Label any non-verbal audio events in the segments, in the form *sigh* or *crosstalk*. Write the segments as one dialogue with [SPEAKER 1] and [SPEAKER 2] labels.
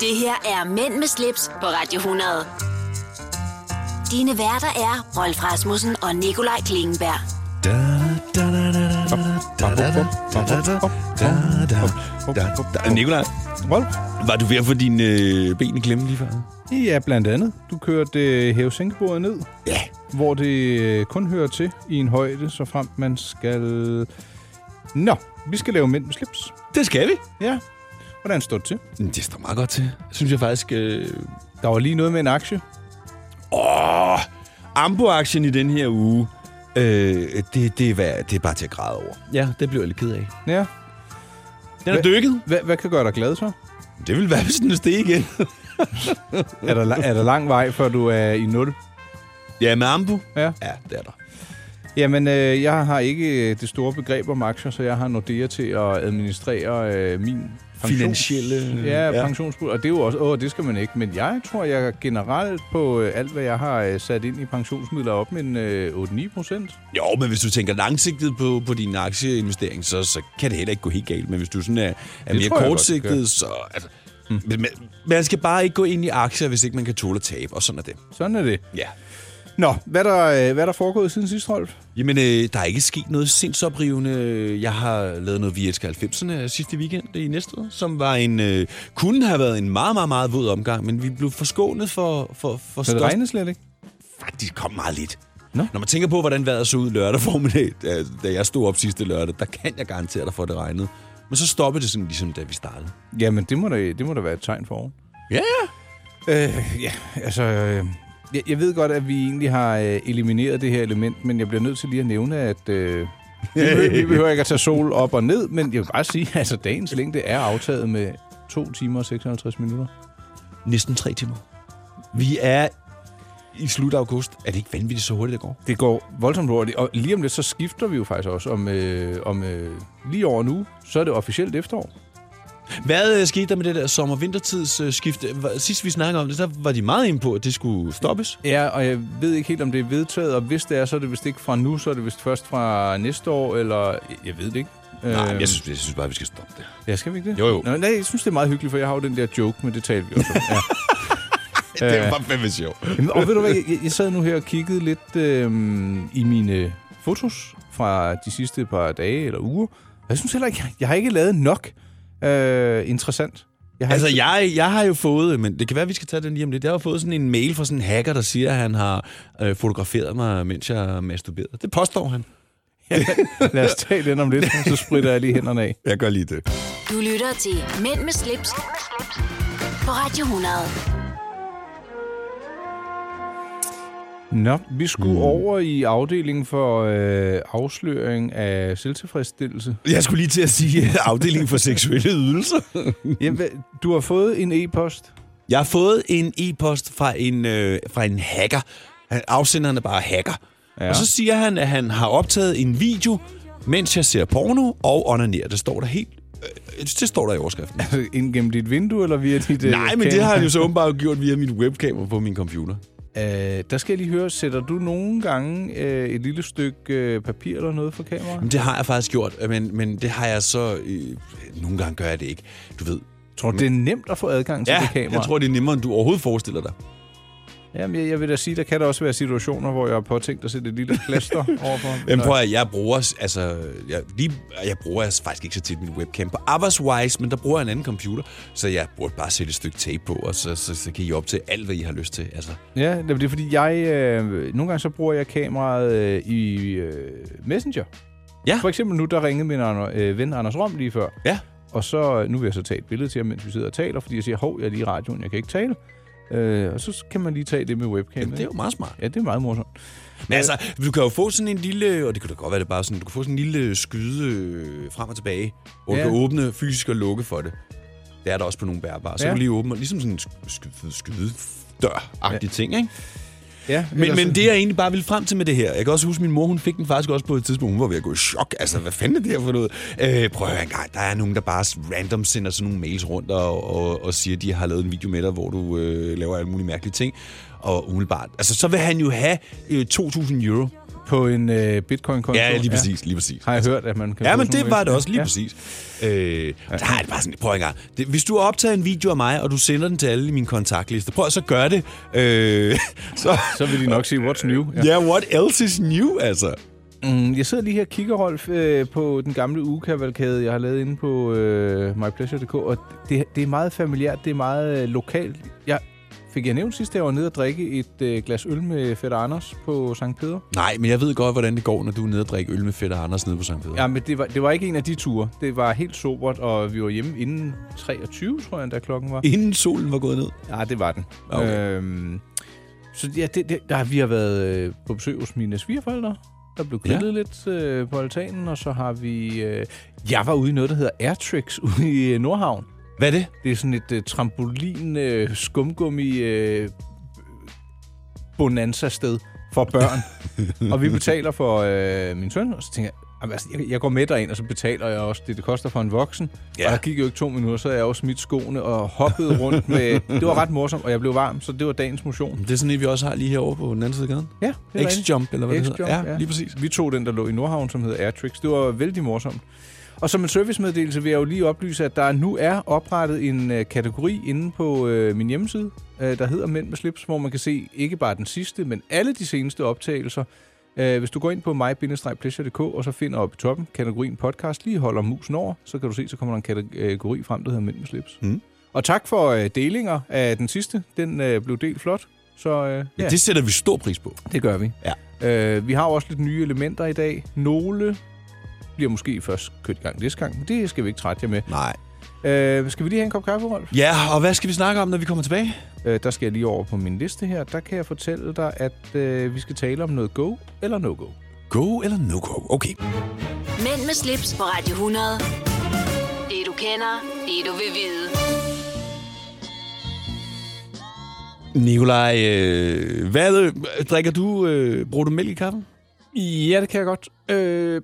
[SPEAKER 1] Det her er Mænd med slips på Radio 100. Dine værter er Rolf Rasmussen og Nikolaj Klingenberg.
[SPEAKER 2] Nikolaj,
[SPEAKER 3] Rolf?
[SPEAKER 2] var du ved at få dine øh, ben i klemme lige før?
[SPEAKER 3] Ja, blandt andet. Du kørte øh, hævesænkebordet ned,
[SPEAKER 2] Ja.
[SPEAKER 3] hvor det øh, kun hører til i en højde, så frem man skal... Nå, vi skal lave mænd med slips.
[SPEAKER 2] Det skal vi.
[SPEAKER 3] Ja. Hvordan står det til?
[SPEAKER 2] Det står meget godt til. Synes jeg faktisk... Øh...
[SPEAKER 3] Der var lige noget med en aktie.
[SPEAKER 2] Åh, Ambo-aktien i den her uge, øh, det, det, er, hvad- det er bare til at græde over. Ja, det blev jeg lidt ked af.
[SPEAKER 3] Ja.
[SPEAKER 2] Den er
[SPEAKER 3] Hva-
[SPEAKER 2] dykket.
[SPEAKER 3] Hva, hvad kan gøre dig glad så?
[SPEAKER 2] Det vil være, hvis den steg igen.
[SPEAKER 3] Er der, la- er der lang vej, før du er i nul?
[SPEAKER 2] ja, med Ambo.
[SPEAKER 3] Ja.
[SPEAKER 2] Ja, det er der.
[SPEAKER 3] Jamen, øh, jeg har ikke øh, det store begreb om aktier, så jeg har Nordea til at administrere øh, min pension.
[SPEAKER 2] Finansielle-
[SPEAKER 3] Ja,
[SPEAKER 2] ja.
[SPEAKER 3] ja. pensionsbud. Og det er jo også, åh, det skal man ikke. Men jeg tror, jeg generelt på øh, alt, hvad jeg har øh, sat ind i pensionsmidler op med en, øh, 8-9 procent.
[SPEAKER 2] Jo, men hvis du tænker langsigtet på, på din aktieinvestering, så, så kan det heller ikke gå helt galt. Men hvis du sådan er, er mere
[SPEAKER 3] tror jeg godt, det gør.
[SPEAKER 2] kortsigtet, så... Altså, mm. man, man skal bare ikke gå ind i aktier, hvis ikke man kan tåle at tabe, og sådan er det.
[SPEAKER 3] Sådan er det.
[SPEAKER 2] Ja.
[SPEAKER 3] Nå, hvad er der, øh, hvad er der foregået siden sidst, Rolf?
[SPEAKER 2] Jamen, øh, der er ikke sket noget sindsoprivende. Jeg har lavet noget Vi elsker 90'erne sidste weekend i Næstved, som var en, øh, kunne have været en meget, meget, meget våd omgang, men vi blev forskånet for, for, for
[SPEAKER 3] Så det
[SPEAKER 2] størst-
[SPEAKER 3] regner slet ikke?
[SPEAKER 2] faktisk kom meget lidt.
[SPEAKER 3] Nå.
[SPEAKER 2] Når man tænker på, hvordan vejret så ud lørdag formiddag, da, da jeg stod op sidste lørdag, der kan jeg garantere dig for, at det regnede. Men så stoppede det sådan, ligesom da vi startede.
[SPEAKER 3] Jamen, det må da, det må da være et tegn for oven.
[SPEAKER 2] Ja, ja.
[SPEAKER 3] Øh, ja, altså... Øh, jeg, jeg ved godt, at vi egentlig har øh, elimineret det her element, men jeg bliver nødt til lige at nævne, at... Øh, vi, behøver, vi behøver ikke at tage sol op og ned, men jeg vil bare sige, *laughs* at altså, dagens længde er aftaget med 2 timer og 56 minutter.
[SPEAKER 2] Næsten tre timer. Vi er i slut af august. Er det ikke vanvittigt så hurtigt, det går?
[SPEAKER 3] Det går voldsomt hurtigt, og lige om lidt, så skifter vi jo faktisk også om, øh, om øh, lige over nu, så er det officielt efterår.
[SPEAKER 2] Hvad øh, skete der med det der sommer-vintertidsskift? Sidst vi snakkede om det, der var de meget inde på, at det skulle stoppes.
[SPEAKER 3] Ja, og jeg ved ikke helt, om det er vedtaget, og hvis det er, så er det vist ikke fra nu, så er det vist først fra næste år, eller jeg ved det ikke.
[SPEAKER 2] Nej, men
[SPEAKER 3] Øhm,
[SPEAKER 2] jeg synes, jeg synes bare, vi skal stoppe det.
[SPEAKER 3] Ja, skal vi ikke det?
[SPEAKER 2] Jo, jo.
[SPEAKER 3] Nå, nej, jeg synes, det er meget hyggeligt, for jeg har jo den der joke, men det talte vi også
[SPEAKER 2] *laughs*
[SPEAKER 3] om. Ja.
[SPEAKER 2] Det var bare fandme sjovt.
[SPEAKER 3] Jamen, og ved du hvad, jeg, jeg sad nu her og kiggede lidt øh, i mine fotos fra de sidste par dage eller uger. Og Jeg synes heller ikke, jeg, jeg har ikke lavet nok øh, interessant. Jeg har
[SPEAKER 2] Altså,
[SPEAKER 3] ikke,
[SPEAKER 2] jeg, jeg har jo fået, men det kan være, at vi skal tage den lige om lidt. Jeg har fået sådan en mail fra sådan en hacker, der siger, at han har øh, fotograferet mig, mens jeg masturberede. Det påstår han.
[SPEAKER 3] *laughs* Lad os tage den om lidt, så spritter jeg lige hænderne af.
[SPEAKER 2] Jeg gør lige det.
[SPEAKER 1] Du lytter til Mænd med slips, Mænd med slips. på Radio 100.
[SPEAKER 3] Nå, vi skulle mm. over i afdelingen for øh, afsløring af *laughs* selvtilfredsstillelse.
[SPEAKER 2] Jeg skulle lige til at sige afdelingen for seksuelle ydelser.
[SPEAKER 3] Jamen, du har fået en e-post. *laughs*
[SPEAKER 2] Jeg har fået en e-post fra en, øh, fra en hacker. Han, afsenderen er bare hacker. Ja.
[SPEAKER 3] Ja.
[SPEAKER 2] Og så siger han, at han har optaget en video, mens jeg ser porno og onanerer. Det står der helt... Øh, det står der i overskriften.
[SPEAKER 3] Altså, ind gennem dit vindue, eller via dit øh,
[SPEAKER 2] Nej, men det
[SPEAKER 3] kamera?
[SPEAKER 2] har han jo så åbenbart gjort via mit webkamera på min computer.
[SPEAKER 3] Øh, der skal jeg lige høre, sætter du nogle gange øh, et lille stykke øh, papir eller noget for kameraet?
[SPEAKER 2] Jamen, det har jeg faktisk gjort, øh, men, men det har jeg så... Øh, nogle gange gør jeg det ikke. Du ved...
[SPEAKER 3] Tror du, det er nemt at få adgang til
[SPEAKER 2] Ja,
[SPEAKER 3] det kamera?
[SPEAKER 2] jeg tror, det er nemmere, end du overhovedet forestiller dig.
[SPEAKER 3] Jamen, jeg, jeg vil da sige, der kan der også være situationer, hvor jeg har påtænkt at sætte et lille plaster *laughs* overfor.
[SPEAKER 2] Jamen, prøv at, jeg bruger... Altså, jeg, lige, jeg bruger altså faktisk ikke så tit min webcam på arbejdswise, men der bruger jeg en anden computer, så jeg burde bare sætte et stykke tape på, og så, så, så kan I optage alt, hvad I har lyst til. Altså,
[SPEAKER 3] Ja, det er fordi, jeg øh, nogle gange så bruger jeg kameraet øh, i øh, Messenger.
[SPEAKER 2] Ja.
[SPEAKER 3] For eksempel nu, der ringede min Ander, øh, ven Anders Rom lige før.
[SPEAKER 2] ja.
[SPEAKER 3] Og så, øh, nu vil jeg så tage et billede til ham, mens vi sidder og taler, fordi jeg siger, hov, jeg er lige i radioen, jeg kan ikke tale. Øh, og så kan man lige tage det med webcamen.
[SPEAKER 2] Jamen, det er jo meget smart.
[SPEAKER 3] Ja, det er meget morsomt.
[SPEAKER 2] Men altså, du kan jo få sådan en lille, og det kunne da godt være, det er bare sådan, du kan få sådan en lille skyde øh, frem og tilbage, hvor ja.
[SPEAKER 3] Ja.
[SPEAKER 2] du kan åbne fysisk og lukke for det. Det er der også på nogle bærbare. Så
[SPEAKER 3] Ja.
[SPEAKER 2] ja. kan du lige åbne, ligesom sådan en sk- skyde, skyde dør-agtig ja. ting, ikke?
[SPEAKER 3] Ja,
[SPEAKER 2] Men,
[SPEAKER 3] ellers-
[SPEAKER 2] men det, jeg egentlig bare ville frem til med det her, jeg kan også huske, min mor, hun fik den faktisk også på et tidspunkt, hun var ved at gå i chok. Altså, hvad fanden er det her for noget? Øh, prøv at høre en gang, der er nogen, der bare random sender sådan nogle mails rundt og, og, og siger, at de har lavet en video med dig, hvor du øh, laver alle mulige mærkelige ting. Og umiddelbart, altså, så vil han jo have øh, 2.000 euro
[SPEAKER 3] på en øh, bitcoin-konto.
[SPEAKER 2] Ja, lige præcis, lige præcis.
[SPEAKER 3] Har jeg hørt, at man kan...
[SPEAKER 2] Ja,
[SPEAKER 3] få
[SPEAKER 2] men
[SPEAKER 3] sådan
[SPEAKER 2] det
[SPEAKER 3] nogle
[SPEAKER 2] var det
[SPEAKER 3] ting?
[SPEAKER 2] også lige ja. præcis. Øh, og der har jeg det bare sådan, prøv en gang. Det, hvis du har optaget en video af mig, og du sender den til alle i min kontaktliste, prøv at så gøre det. Øh, *laughs* så,
[SPEAKER 3] Så vil de nok sige, what's new?
[SPEAKER 2] ja, yeah, what else is new, altså?
[SPEAKER 3] Mm, jeg sidder lige her og kigger, Rolf, øh, på den gamle ugekavalkade, jeg har lavet inde på øh, mypleasure.dk, og det, det er meget familiært, det er meget øh, lokalt. Jeg fik jeg nævnt sidst, at jeg var nede og drikke et øh, glas øl med Fætter Anders på Sankt Peder.
[SPEAKER 2] Nej, men jeg ved godt, hvordan det går, når du er nede og drikke øl med Fætter Anders nede på Sankt Peter.
[SPEAKER 3] Ja, men det var, det var ikke en af de ture. Det var helt sobert, og vi var hjemme inden 23, tror jeg, da klokken var.
[SPEAKER 2] Inden solen var gået ned.
[SPEAKER 3] Ja, det var den.
[SPEAKER 2] Okay.
[SPEAKER 3] Øhm, så ja, det, det, der, vi har været øh, på besøg hos mine svigerforældre. Der blev
[SPEAKER 2] Ja.
[SPEAKER 3] grillet ja. lidt øh, på altanen, og så har vi... Øh, jeg var ude i noget, der hedder Airtrix *laughs* ude i øh, Nordhavn.
[SPEAKER 2] Hvad er det?
[SPEAKER 3] Det er sådan et øh, trampolin, øh, skumgummi, øh, bonanza-sted for
[SPEAKER 2] *laughs*
[SPEAKER 3] børn. og vi betaler for øh, min søn, og så tænker jeg, "Jamen, altså, jeg, jeg går med derind, og så betaler jeg også det, det koster for en voksen.
[SPEAKER 2] Ja.
[SPEAKER 3] Og der gik jo ikke to minutter, så havde jeg også smidt skoene og hoppede rundt med... Det var ret morsomt, og jeg blev varm, så det var dagens motion.
[SPEAKER 2] Det er sådan en, vi også har lige herovre på den anden side af gaden.
[SPEAKER 3] Ja, det er rigtigt.
[SPEAKER 2] X-Jump, eller hvad det
[SPEAKER 3] X-Jump,
[SPEAKER 2] hedder.
[SPEAKER 3] ja.
[SPEAKER 2] lige præcis.
[SPEAKER 3] Vi tog den, der lå i Nordhavn, som hedder Airtrix. Det var vældig morsomt. Og som en servicemeddelelse vil jeg jo lige oplyse, at der nu er oprettet en øh, kategori inde på øh, min hjemmeside, øh, der hedder Mænd med slips, hvor man kan se ikke bare den sidste, men alle de seneste optagelser. Øh, hvis du går ind på mig-pleasure.dk og så finder op i toppen kategorien podcast, lige holder musen over, så kan du se, så kommer der en kategori frem, der hedder Mænd med slips.
[SPEAKER 2] Mm.
[SPEAKER 3] Og tak for øh, delinger af den sidste. Den øh, blev delt flot. Så øh,
[SPEAKER 2] Ja. Det sætter vi stor pris på.
[SPEAKER 3] det gør vi.
[SPEAKER 2] Ja.
[SPEAKER 3] Øh, vi har jo også lidt nye elementer i dag. Nogle bliver måske først kørt i gang næste gang, men det skal vi ikke trætte jer med.
[SPEAKER 2] Nej.
[SPEAKER 3] Øh, skal vi lige have en kop kaffe, Rolf?
[SPEAKER 2] Ja, og hvad skal vi snakke om, når vi kommer tilbage?
[SPEAKER 3] Øh, der skal jeg lige over på min liste her. Der kan jeg fortælle dig, at øh, vi skal tale om noget go eller no-go.
[SPEAKER 2] Go eller no-go? Okay.
[SPEAKER 1] Mænd med slips på Radio 100. Det du kender, det du vil vide.
[SPEAKER 2] Nikolaj, øh, hvad øh, drikker du? Øh, bruger du mælk i kaffen?
[SPEAKER 3] Ja, det kan jeg godt. Øh,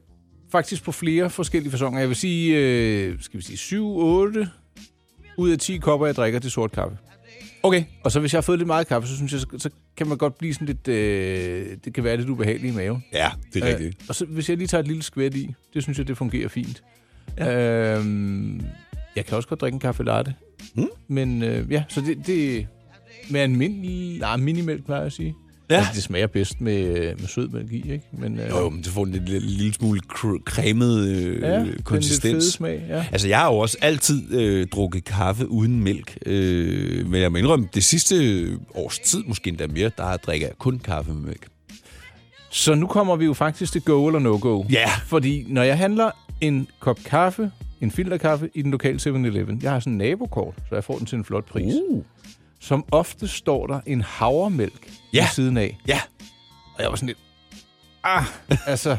[SPEAKER 3] faktisk på flere forskellige fasonger. Jeg vil sige, øh, skal vi sige 7, 8 ud af 10 kopper, jeg drikker, det er sort kaffe.
[SPEAKER 2] Okay.
[SPEAKER 3] Og så hvis jeg har fået lidt meget kaffe, så synes jeg, så, så kan man godt blive sådan lidt... Øh, det kan være lidt ubehageligt i maven.
[SPEAKER 2] Ja, det er øh. rigtigt.
[SPEAKER 3] Øh, og så, hvis jeg lige tager et lille skvæt i, det synes jeg, det fungerer fint. Ja. Øhm, jeg kan også godt drikke en kaffe latte.
[SPEAKER 2] Mm.
[SPEAKER 3] Men øh, ja, så det, det med almindelig... Nej, minimælk plejer jeg at sige.
[SPEAKER 2] Ja.
[SPEAKER 3] Altså, det smager bedst med, øh, med sød mælk i, ikke? Men, øh,
[SPEAKER 2] Jo, men så får den en lille, lille smule cr- cremet øh,
[SPEAKER 3] ja,
[SPEAKER 2] ja,
[SPEAKER 3] den lidt fede
[SPEAKER 2] konsistens.
[SPEAKER 3] smag, ja.
[SPEAKER 2] Altså, jeg har jo også altid øh, drukket kaffe uden mælk. Øh, men jeg må indrømme, det sidste års tid, måske endda mere, der drikker jeg kun kaffe med mælk.
[SPEAKER 3] Så nu kommer vi jo faktisk til go eller no-go.
[SPEAKER 2] Ja.
[SPEAKER 3] Fordi når jeg handler en kop kaffe, en filterkaffe i den lokale 7-Eleven, jeg har sådan en nabokort, så jeg får den til en flot pris,
[SPEAKER 2] Uh.
[SPEAKER 3] som ofte står der en havremælk
[SPEAKER 2] Ja.
[SPEAKER 3] ved siden af.
[SPEAKER 2] Ja.
[SPEAKER 3] Og jeg var sådan lidt, ah, altså,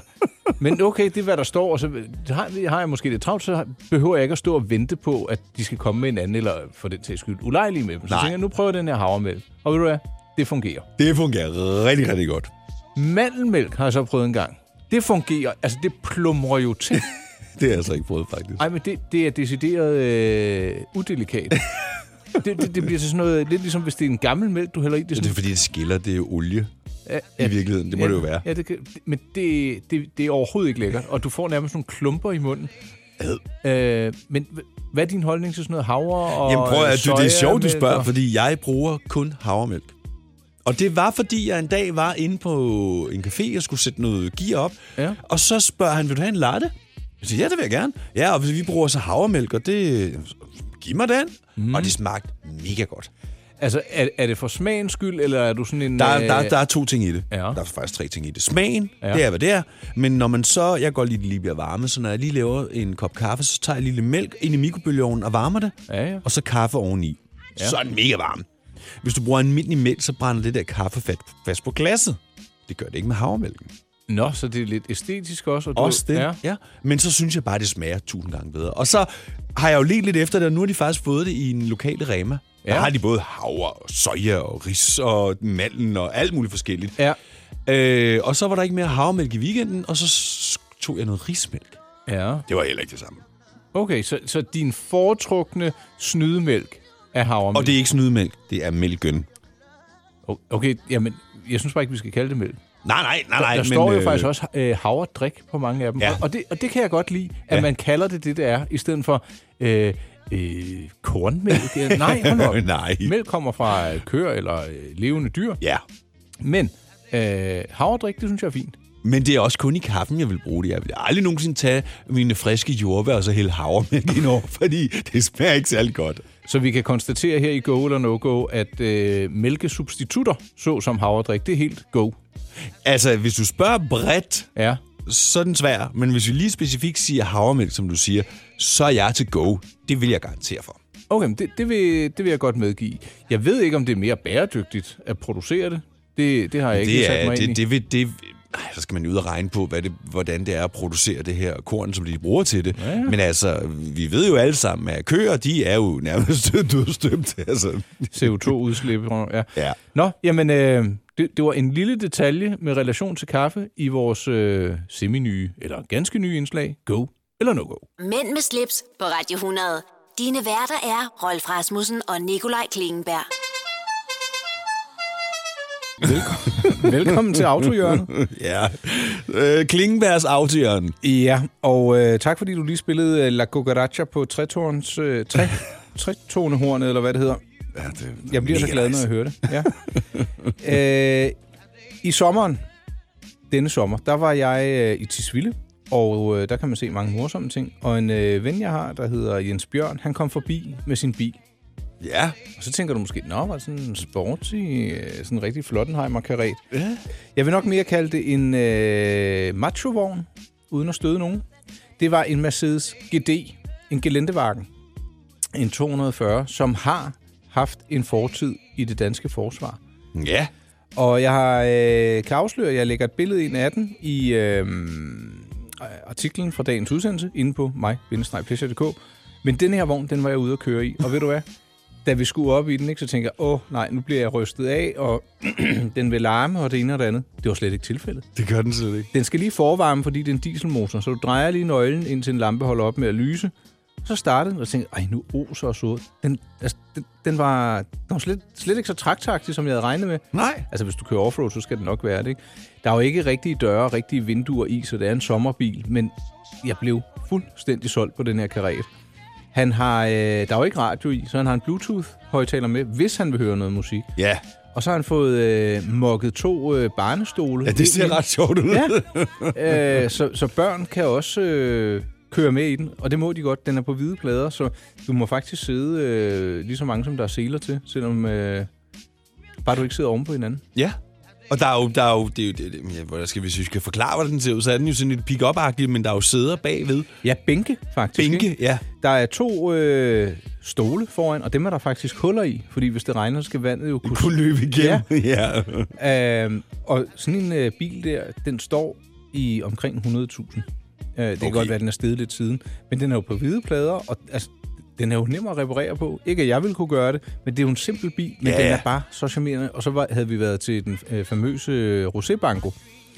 [SPEAKER 3] men okay, det er hvad der står, og så har, har jeg måske lidt travlt, så har- behøver jeg ikke at stå og vente på, at de skal komme med en anden, eller for den til skyld, ulejlige med dem. Så
[SPEAKER 2] Nej.
[SPEAKER 3] tænker jeg, nu prøver jeg den her havremælk. Og ved du hvad, det fungerer.
[SPEAKER 2] Det fungerer rigtig, rigtig godt.
[SPEAKER 3] Mandelmælk har jeg så prøvet en gang. Det fungerer, altså det plumrer jo til.
[SPEAKER 2] Det har jeg altså ikke prøvet, faktisk.
[SPEAKER 3] Ej, men det, det er decideret øh, udelikat. det, det, det bliver til sådan noget, lidt ligesom hvis det er en gammel mælk, du hælder i. Det er
[SPEAKER 2] Det
[SPEAKER 3] sådan,
[SPEAKER 2] er fordi, det skiller, det er jo olie
[SPEAKER 3] ja,
[SPEAKER 2] i virkeligheden. Det må
[SPEAKER 3] ja,
[SPEAKER 2] det jo være.
[SPEAKER 3] Ja, det kan, men det, det, det er overhovedet ikke lækkert, og du får nærmest nogle klumper i munden. Øh, men h- hvad er din holdning til sådan noget havre og
[SPEAKER 2] Jamen prøv
[SPEAKER 3] øh,
[SPEAKER 2] at du, det er
[SPEAKER 3] soja
[SPEAKER 2] sjovt, du
[SPEAKER 3] med-
[SPEAKER 2] spørger,
[SPEAKER 3] og-
[SPEAKER 2] fordi jeg bruger kun havremælk. Og det var, fordi jeg en dag var inde på en café, jeg skulle sætte noget gear op,
[SPEAKER 3] Ja.
[SPEAKER 2] og så spørger han, vil du have en latte? Jeg siger, ja, det vil jeg gerne. Ja, og vi bruger så havremælk, og det... Giv mig den. Mm. Og det smagte mega godt.
[SPEAKER 3] Altså, er, er det for smagens skyld, eller er du sådan en...
[SPEAKER 2] Der,
[SPEAKER 3] øh,
[SPEAKER 2] øh, der, der er to ting i det.
[SPEAKER 3] Ja.
[SPEAKER 2] Ja. Der er faktisk tre ting i det. Smagen,
[SPEAKER 3] Ja.
[SPEAKER 2] ja. det er, hvad det er. Men når man så... Jeg går lige, lige bliver varme, så når jeg lige laver en kop kaffe, så tager jeg lige lidt mælk ind i mikrobølgeovnen og varmer det.
[SPEAKER 3] Ja, ja.
[SPEAKER 2] Og så kaffe oveni. Ja. Så er den mega varm. Hvis du bruger almindelig mælk, så brænder det der kaffe fat, fast på glasset. Det gør det ikke med havremælken.
[SPEAKER 3] Nå, så det er lidt æstetisk også. Og du,
[SPEAKER 2] Også det.
[SPEAKER 3] Ja.
[SPEAKER 2] Ja. ja. Men så synes jeg bare, det smager tusind gange bedre. Og så har jeg jo let lidt efter det, og nu har de faktisk fået det i en lokale Rema. Ja.
[SPEAKER 3] Ja.
[SPEAKER 2] Der har de både havre, og soja, og ris, og mandlen, og alt muligt forskelligt.
[SPEAKER 3] Ja.
[SPEAKER 2] Øh, og så var der ikke mere havremælk i weekenden, og så s- tog jeg noget rismælk.
[SPEAKER 3] ja.
[SPEAKER 2] Det var heller ikke det samme.
[SPEAKER 3] Okay, så, så din foretrukne snydemælk er havremælk?
[SPEAKER 2] Og det er ikke snydemælk, det er mælkøn.
[SPEAKER 3] Okay, jamen, jeg synes bare ikke, vi skal kalde det mælk.
[SPEAKER 2] Nej, nej, nej, nej.
[SPEAKER 3] der står jo faktisk også øh, havredrik på mange af dem.
[SPEAKER 2] Ja.
[SPEAKER 3] Ja. Og, det, og det kan jeg godt lide, at
[SPEAKER 2] Ja.
[SPEAKER 3] ja. man kalder det det, det er, i stedet for øh, øh, kornmælk. Øh, Nej, hold op.
[SPEAKER 2] Nej.
[SPEAKER 3] Mælk kommer fra øh, køer eller øh, levende dyr.
[SPEAKER 2] Ja.
[SPEAKER 3] Men øh, havredrik, det synes jeg er fint.
[SPEAKER 2] Men det er også kun i kaffen, jeg vil bruge det. Jeg vil aldrig nogensinde tage mine friske jordbær og så hælde havremælk ind over, fordi det smager ikke særlig godt.
[SPEAKER 3] Så vi kan konstatere her i Go eller No Go, at øh, mælkesubstitutter, såsom havredrik, det er helt go.
[SPEAKER 2] Altså, hvis du spørger bredt,
[SPEAKER 3] Ja.
[SPEAKER 2] så er den svær. Men hvis vi lige specifikt siger havremælk, som du siger, så er jeg til go. Det vil jeg garantere for.
[SPEAKER 3] Okay, men det, det, vil, det vil jeg godt medgive. Jeg ved ikke, om det er mere bæredygtigt at producere det. Det, det har jeg ikke lige
[SPEAKER 2] Det
[SPEAKER 3] sat
[SPEAKER 2] er,
[SPEAKER 3] mig ind i.
[SPEAKER 2] det, det, vil, det, ej, så skal man jo ud og regne på, hvad det, hvordan det er at producere det her korn, som de bruger til det. Ja. Men altså, vi ved jo alle sammen, at køer, de er jo nærmest *laughs* dødstømt. Altså.
[SPEAKER 3] CO2-udslip. Ja.
[SPEAKER 2] Ja.
[SPEAKER 3] Nå, jamen, øh, det, det var en lille detalje med relation til kaffe i vores øh, semi-nye, eller ganske nye indslag, Go eller No Go.
[SPEAKER 1] Mænd med slips på Radio 100. Dine værter er Rolf Rasmussen og Nikolaj Klingenberg.
[SPEAKER 3] Velkommen til Autojørnet.
[SPEAKER 2] ja. Øh, Klingenbergs aftjørn.
[SPEAKER 3] Ja, og øh, tak fordi du lige spillede øh, La Cucaracha på trætårns,
[SPEAKER 2] *laughs*
[SPEAKER 3] øh, tre, trætonehornet, eller hvad det hedder.
[SPEAKER 2] Ja, det,
[SPEAKER 3] Jeg bliver så glad, når jeg hører det. Ja. *laughs* øh, I sommeren, denne sommer, der var jeg øh, i Tisvilde, og øh, der kan man se mange morsomme ting. Og en øh, ven, jeg har, der hedder Jens Bjørn, han kom forbi med sin bil.
[SPEAKER 2] Ja.
[SPEAKER 3] Og så tænker du måske, nå, var det sådan en sporty, øh, sådan en rigtig flottenheimer-karet?
[SPEAKER 2] Ja.
[SPEAKER 3] Jeg vil nok mere kalde det en øh, machovogn, uden at støde nogen. Det var en Mercedes GD, en Geländewagen, en 240, som har haft en fortid i det danske forsvar.
[SPEAKER 2] Ja.
[SPEAKER 3] Og jeg har, øh, kan afsløre, at jeg lægger et billede ind af den i øh, artiklen fra dagens udsendelse inde på mig Men den her vogn, den var jeg ude at køre i. Og ved du hvad? Da vi skulle op i den, ikke, så tænkte jeg, åh nej, nu bliver jeg rystet af, og *clears throat* den vil larme, og det ene og det andet. Det var slet ikke tilfældet.
[SPEAKER 2] Det gør den slet ikke.
[SPEAKER 3] Den skal lige forvarme, fordi det er en dieselmotor, så du drejer lige nøglen, indtil en lampe holder op med at lyse. Så starter den, og jeg tænkte, ej, nu oser og så. Den, altså, den, den, var, den var slet, slet ikke så traktagtig, som jeg havde regnet med.
[SPEAKER 2] Nej.
[SPEAKER 3] Altså, hvis du kører offroad, så skal det nok være det, ikke? Der er jo ikke rigtige døre og rigtige vinduer i, så det er en sommerbil, men jeg blev fuldstændig solgt på den her karet. Han har, øh, der er jo ikke radio i, så han har en Bluetooth-højtaler med, hvis han vil høre noget musik.
[SPEAKER 2] Ja.
[SPEAKER 3] Og så har han fået øh, mokket to øh, barnestole.
[SPEAKER 2] ja det ser ret sjovt ud.
[SPEAKER 3] Ja. Øh, så, så børn kan også øh, køre med i den, og det må de godt. Den er på hvide plader, så du må faktisk sidde øh, lige så mange, som der er seler til, selvom øh, bare du ikke sidder oven på hinanden.
[SPEAKER 2] ja. Og der er jo, der er jo, det er jo det, det, ja, hvordan skal, vi- hvis vi skal forklare, hvordan den ser ud, så er den jo sådan lidt pick up men der er jo sæder bagved.
[SPEAKER 3] Ja, bænke faktisk.
[SPEAKER 2] Bænke,
[SPEAKER 3] ikke?
[SPEAKER 2] ja.
[SPEAKER 3] Der er to øh, stole foran, og dem er der faktisk huller i, fordi hvis det regner, så skal vandet jo kunne...
[SPEAKER 2] Kunne løbe igennem. Ja. ja.
[SPEAKER 3] Øhm, og sådan en øh, bil der, den står i omkring 100.000. Øh, det okay. kan
[SPEAKER 2] Okay.
[SPEAKER 3] godt være, at den er steget lidt siden, men den er jo på hvide plader, og altså, den er jo nem at reparere på. Ikke at jeg ville kunne gøre det, men det er jo en simpel bil, men
[SPEAKER 2] Ja,
[SPEAKER 3] den
[SPEAKER 2] ja.
[SPEAKER 3] er bare så charmerende. Og så var, havde vi været til den øh, famøse øh, Rosébanko.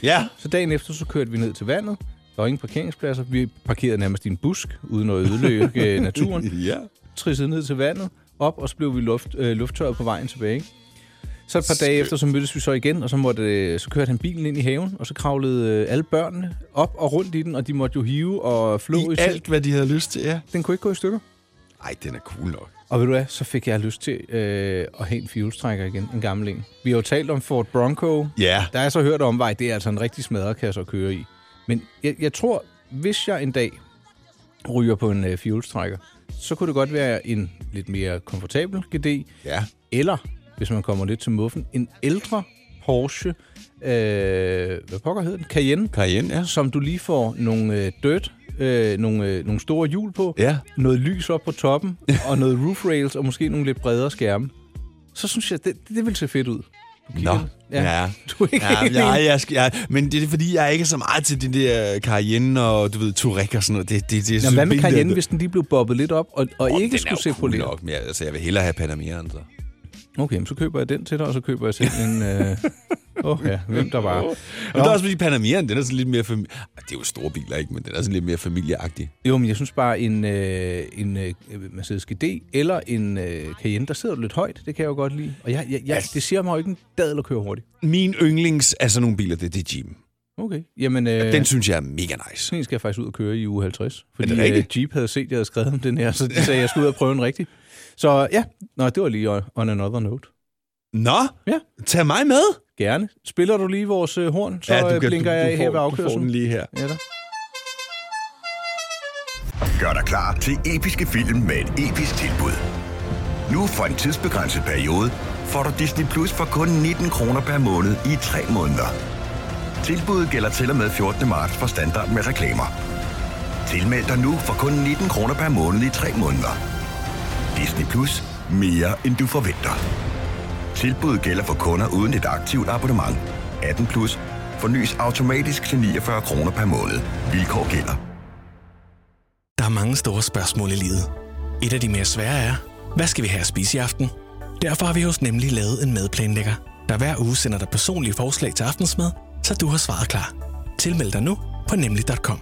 [SPEAKER 2] ja.
[SPEAKER 3] Så dagen efter, så kørte vi ned til vandet. Der var ingen parkeringspladser. Vi parkerede nærmest i en busk, uden at ødelægge øh, naturen.
[SPEAKER 2] *laughs* Ja.
[SPEAKER 3] Trissede ned til vandet, op, og så blev vi luft, øh, lufttørret på vejen tilbage. Ikke? Så et par dage efter, så mødtes vi så igen, og så, måtte, øh, så kørte han bilen ind i haven, og så kravlede øh, alle børnene op og rundt i den, og de måtte jo hive og flå
[SPEAKER 2] I
[SPEAKER 3] i selv.
[SPEAKER 2] alt, hvad de havde lyst til, ja.
[SPEAKER 3] Den kunne ikke gå i stykker.
[SPEAKER 2] Ej, den er cool nok.
[SPEAKER 3] Og ved du hvad, så fik jeg lyst til øh, at have en fjulstrækker igen, en gammel en. Vi har jo talt om Ford Bronco,
[SPEAKER 2] Ja.
[SPEAKER 3] Der er så hørt om vej, det er altså en rigtig smadrekasse at køre i. Men jeg, jeg tror, hvis jeg en dag ryger på en øh, fjolstrækker, så kunne det godt være en lidt mere komfortabel GD,
[SPEAKER 2] Ja.
[SPEAKER 3] eller, hvis man kommer lidt til muffen, en ældre Porsche, øh, hvad pokker hed den? Cayenne,
[SPEAKER 2] Cayenne, ja.
[SPEAKER 3] som du lige får nogle øh, dirt, øh, nogle, øh, nogle store hjul på,
[SPEAKER 2] Ja.
[SPEAKER 3] noget lys op på
[SPEAKER 2] *laughs*
[SPEAKER 3] toppen, og noget roof rails, og måske nogle lidt bredere skærme. Så synes jeg, det, det vil se fedt ud.
[SPEAKER 2] Nå.
[SPEAKER 3] Ja.
[SPEAKER 2] Ja.
[SPEAKER 3] Du er ikke
[SPEAKER 2] Ja,
[SPEAKER 3] helt
[SPEAKER 2] jeg,
[SPEAKER 3] enig?
[SPEAKER 2] jeg, skal, jeg, men det er fordi, jeg er ikke så meget til den der Cayenne og, du ved, Touareg og sådan noget. Det, det, det, jeg
[SPEAKER 3] Nå,
[SPEAKER 2] synes,
[SPEAKER 3] hvad med
[SPEAKER 2] billedet-
[SPEAKER 3] Cayenne, hvis den lige blev bobbet lidt op, og, og
[SPEAKER 2] Åh,
[SPEAKER 3] oh, ikke
[SPEAKER 2] den er
[SPEAKER 3] skulle
[SPEAKER 2] jo
[SPEAKER 3] se
[SPEAKER 2] cool
[SPEAKER 3] poleret?
[SPEAKER 2] nok, men jeg, altså, jeg vil hellere have Panamera end så. *laughs*
[SPEAKER 3] Okay, men så køber jeg den til dig, og så køber jeg selv en... Øh, Åh oh, ja, hvem der var.
[SPEAKER 2] Men der er også fordi Panameraen, den er sådan lidt mere familie... Det er jo store biler, ikke? Men den er sådan lidt mere familieagtig.
[SPEAKER 3] Jo, men jeg synes bare, en, øh, en øh, Mercedes GD eller en øh, Cayenne, der sidder du lidt højt. Det kan jeg jo godt lide. Og jeg, jeg, jeg,
[SPEAKER 2] Altså-
[SPEAKER 3] det siger mig jo ikke en dadel at køre hurtigt.
[SPEAKER 2] Min yndlings af sådan nogle biler, det, det er Jeep.
[SPEAKER 3] Okay. Jamen, øh,
[SPEAKER 2] Den
[SPEAKER 3] den
[SPEAKER 2] synes jeg er mega nice.
[SPEAKER 3] skal jeg faktisk ud og køre i uge 50.
[SPEAKER 2] det
[SPEAKER 3] Fordi øh,
[SPEAKER 2] rigtigt?
[SPEAKER 3] Jeep havde set, at jeg havde skrevet om den her, så de sagde, at jeg skulle ud og prøve en rigtig. Så ja, Nå, det var lige on- on another note.
[SPEAKER 2] Nå,
[SPEAKER 3] Ja.
[SPEAKER 2] tag mig med.
[SPEAKER 3] Gerne. Spiller du lige vores øh, horn, så ja,
[SPEAKER 2] kan-
[SPEAKER 3] blinker jeg af her ved
[SPEAKER 2] får, du får den
[SPEAKER 3] afkørselen.
[SPEAKER 2] lige her.
[SPEAKER 3] Ja, da.
[SPEAKER 4] Gør dig klar til episke film med et episk tilbud. Nu for en tidsbegrænset periode får du Disney Plus for kun 19 kroner per måned i 3 måneder. Tilbuddet gælder til og med 14. marts for standard med reklamer. Tilmeld dig nu for kun 19 kroner per måned i 3 måneder. Disney Plus. Mere end du forventer. Tilbuddet gælder for kunder uden et aktivt abonnement. 18 plus. Fornyes automatisk til 49 kroner per måned. Vilkår gælder.
[SPEAKER 5] Der er mange store spørgsmål i livet. Et af de mere svære er, hvad skal vi have at spise i aften? Derfor har vi hos Nemlig lavet en madplanlægger, der hver uge sender dig personlige forslag til aftensmad, så du har svaret klar. Tilmeld dig nu på nemlig.com.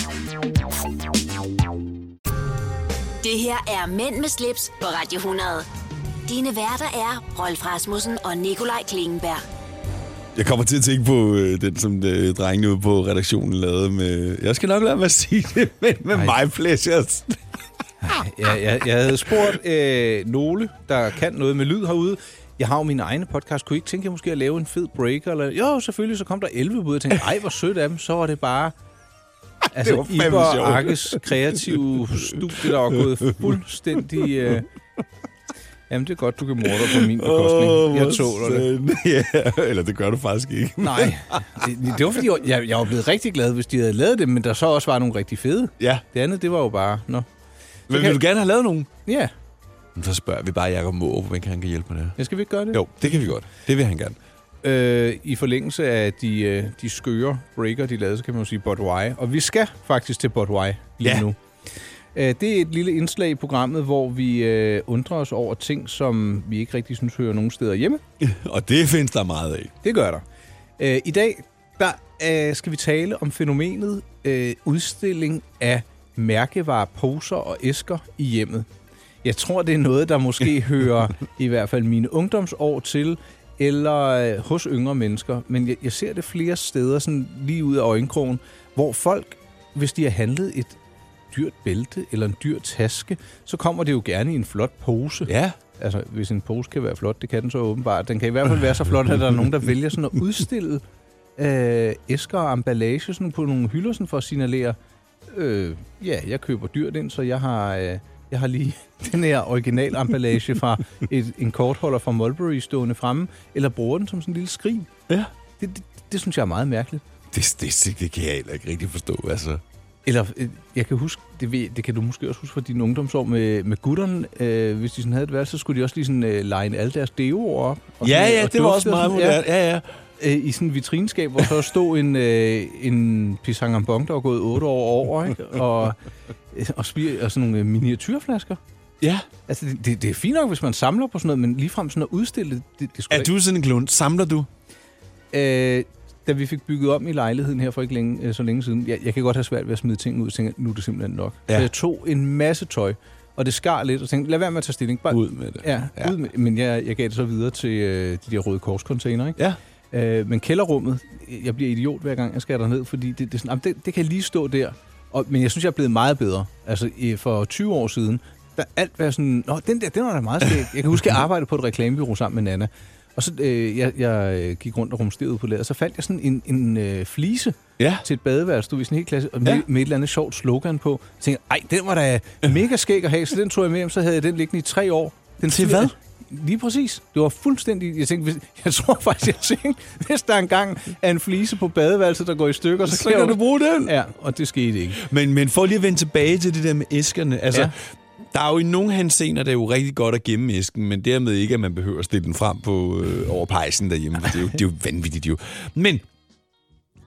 [SPEAKER 1] Det her er Mænd med slips på Radio 100. Dine værter er Rolf Rasmussen og Nikolaj Klingenberg.
[SPEAKER 2] Jeg kommer til at tænke på øh, den, som øh, drengene ude på redaktionen lavede med... Jeg skal nok lade mig sige det, *laughs* men med
[SPEAKER 3] Ej.
[SPEAKER 2] my pleasures.
[SPEAKER 3] jeg, jeg, jeg havde spurgt øh, nogle, der kan noget med lyd herude. Jeg har jo mine egne podcast. Kunne I ikke tænke jer måske at lave en fed breaker? Eller... Jo, selvfølgelig. Så kom der 11 bud. Jeg tænkte, ej, hvor sødt af dem. Så var det
[SPEAKER 2] *laughs*
[SPEAKER 3] bare... Altså,
[SPEAKER 2] var fandme
[SPEAKER 3] Iber og
[SPEAKER 2] sjovt.
[SPEAKER 3] Arkes kreative studie, der var gået
[SPEAKER 2] *laughs*
[SPEAKER 3] fuldstændig... Øh... Jamen, det er godt, du kan morde dig på min bekostning. Oh, jeg tåler det.
[SPEAKER 2] *laughs* Ja, eller det gør du faktisk ikke.
[SPEAKER 3] Nej, det, det var fordi, jeg, jeg var blevet rigtig glad, hvis de havde lavet det, men der så også var nogle rigtig fede.
[SPEAKER 2] Ja,
[SPEAKER 3] Det andet, det var jo bare... Nå.
[SPEAKER 2] men vil du gerne have lavet nogen?
[SPEAKER 3] Ja,
[SPEAKER 2] Så spørger vi bare Jacob Måb, om ikke han kan hjælpe med det.
[SPEAKER 3] jeg skal vi ikke gøre det?
[SPEAKER 2] Jo, det kan vi godt. Det vil han gerne.
[SPEAKER 3] øh, i forlængelse af de, øh, de skøre breaker, de lavede, så kan man jo sige Botwai. Og vi skal faktisk til Botwai lige
[SPEAKER 2] Ja.
[SPEAKER 3] nu. Øh, det er et lille indslag i programmet, hvor vi øh, undrer os over ting, som vi ikke rigtig synes hører nogen steder hjemme.
[SPEAKER 2] Og det findes der meget af.
[SPEAKER 3] Det gør der. Øh, I dag der, øh, skal vi tale om fænomenet øh, udstilling af mærkevareposer og æsker i hjemmet. Jeg tror, det er noget, der måske hører i hvert fald mine ungdomsår til, eller øh, hos yngre mennesker. Men jeg, jeg ser det flere steder, sådan lige ud af øjenkrogen, hvor folk, hvis de har handlet et dyrt bælte eller en dyr taske, så kommer det jo gerne i en flot pose.
[SPEAKER 2] Ja.
[SPEAKER 3] Altså, hvis en pose kan være flot, det kan den så åbenbart. Den kan i hvert fald være så flot, at der er nogen, der vælger sådan at udstille øh, æsker og emballage sådan på nogle hylder sådan for at signalere, øh, ja, jeg køber dyrt ind, så jeg har, øh, jeg har lige *laughs* den her original emballage fra et, en kortholder fra Mulberry stående fremme, eller bruger den som sådan en lille skrin.
[SPEAKER 2] Ja.
[SPEAKER 3] Det, det, det synes jeg er meget mærkeligt.
[SPEAKER 2] Det, det, det kan jeg heller ikke rigtig forstå, altså.
[SPEAKER 3] Eller, øh, jeg kan huske, det, ved, det kan du måske også huske fra dine ungdomsår med, med gutterne. Øh, hvis de sådan havde et værelse, så skulle de også lige sådan øh, line alle deres deoer op. Og
[SPEAKER 2] Ja,
[SPEAKER 3] sådan,
[SPEAKER 2] ja,
[SPEAKER 3] og
[SPEAKER 2] det var
[SPEAKER 3] dufte
[SPEAKER 2] også
[SPEAKER 3] og
[SPEAKER 2] meget
[SPEAKER 3] sådan, ja.
[SPEAKER 2] modernt. Ja, ja.
[SPEAKER 3] Øh, I sådan et vitrinskab, hvor så stod en, øh, en pisang en bong, der var gået otte år over, ikke? Og, øh, og, spir, og sådan nogle øh, miniatyrflasker.
[SPEAKER 2] Ja.
[SPEAKER 3] Altså, det, det, det er fint nok, hvis man samler på sådan noget, men ligefrem sådan at udstille det, det, det skulle
[SPEAKER 2] Er du sådan en klon? Samler du?
[SPEAKER 3] Øh, da vi fik bygget om i lejligheden her for ikke længe, øh, så længe siden, jeg, jeg kan godt have svært ved at smide ting ud, og tænke, nu er det simpelthen nok. Ja.
[SPEAKER 2] Ja.
[SPEAKER 3] Så jeg tog en masse tøj, og det skar lidt, og tænkte, lad være med at tage stilling. Bare,
[SPEAKER 2] Ud med det.
[SPEAKER 3] Ja, ja. Ud med, men jeg, jeg gav det så videre til øh, de der røde korscontainer, ikke?
[SPEAKER 2] Ja.
[SPEAKER 3] Øh, men kælderrummet, jeg bliver idiot hver gang, jeg skal derned, fordi det, det, er sådan, "Jamen, det, det kan lige stå der. Og, men jeg synes, jeg er blevet meget bedre. Altså, øh, for 20 år siden, der alt var sådan, Nå, den der, den var da meget skæg. Jeg kan huske, jeg arbejdede på et reklamebyrå sammen med Nana. Og så øh, jeg, jeg øh, gik rundt og rumsterede på lageret, og så fandt jeg sådan en, en øh, flise
[SPEAKER 2] Ja.
[SPEAKER 3] til et badeværelse, du ved, sådan helt klasse, og med,
[SPEAKER 2] Ja.
[SPEAKER 3] ja. med et eller andet sjovt slogan på. Jeg tænkte, ej, den var da mega skæg at have, så den tog jeg med hjem, så havde jeg den liggende i tre år. Den
[SPEAKER 2] Til
[SPEAKER 3] flir-
[SPEAKER 2] hvad?
[SPEAKER 3] Lige præcis. Det var fuldstændig... Jeg, tænkte, hvis, *laughs* jeg tror faktisk, jeg tænkte, hvis der engang er en flise på badeværelset, der går i stykker, så,
[SPEAKER 2] Så kan
[SPEAKER 3] jeg
[SPEAKER 2] du bruge den.
[SPEAKER 3] Ja, og det skete ikke.
[SPEAKER 2] Men, men for lige at vende tilbage til det der med æskerne. Altså, ja.
[SPEAKER 3] Ja.
[SPEAKER 2] Der er jo i nogle hansener, der er jo rigtig godt at gemme æsken, men dermed ikke, at man behøver at stille den frem på, øh, over pejsen derhjemme. for Det er, jo, det er jo vanvittigt jo. Men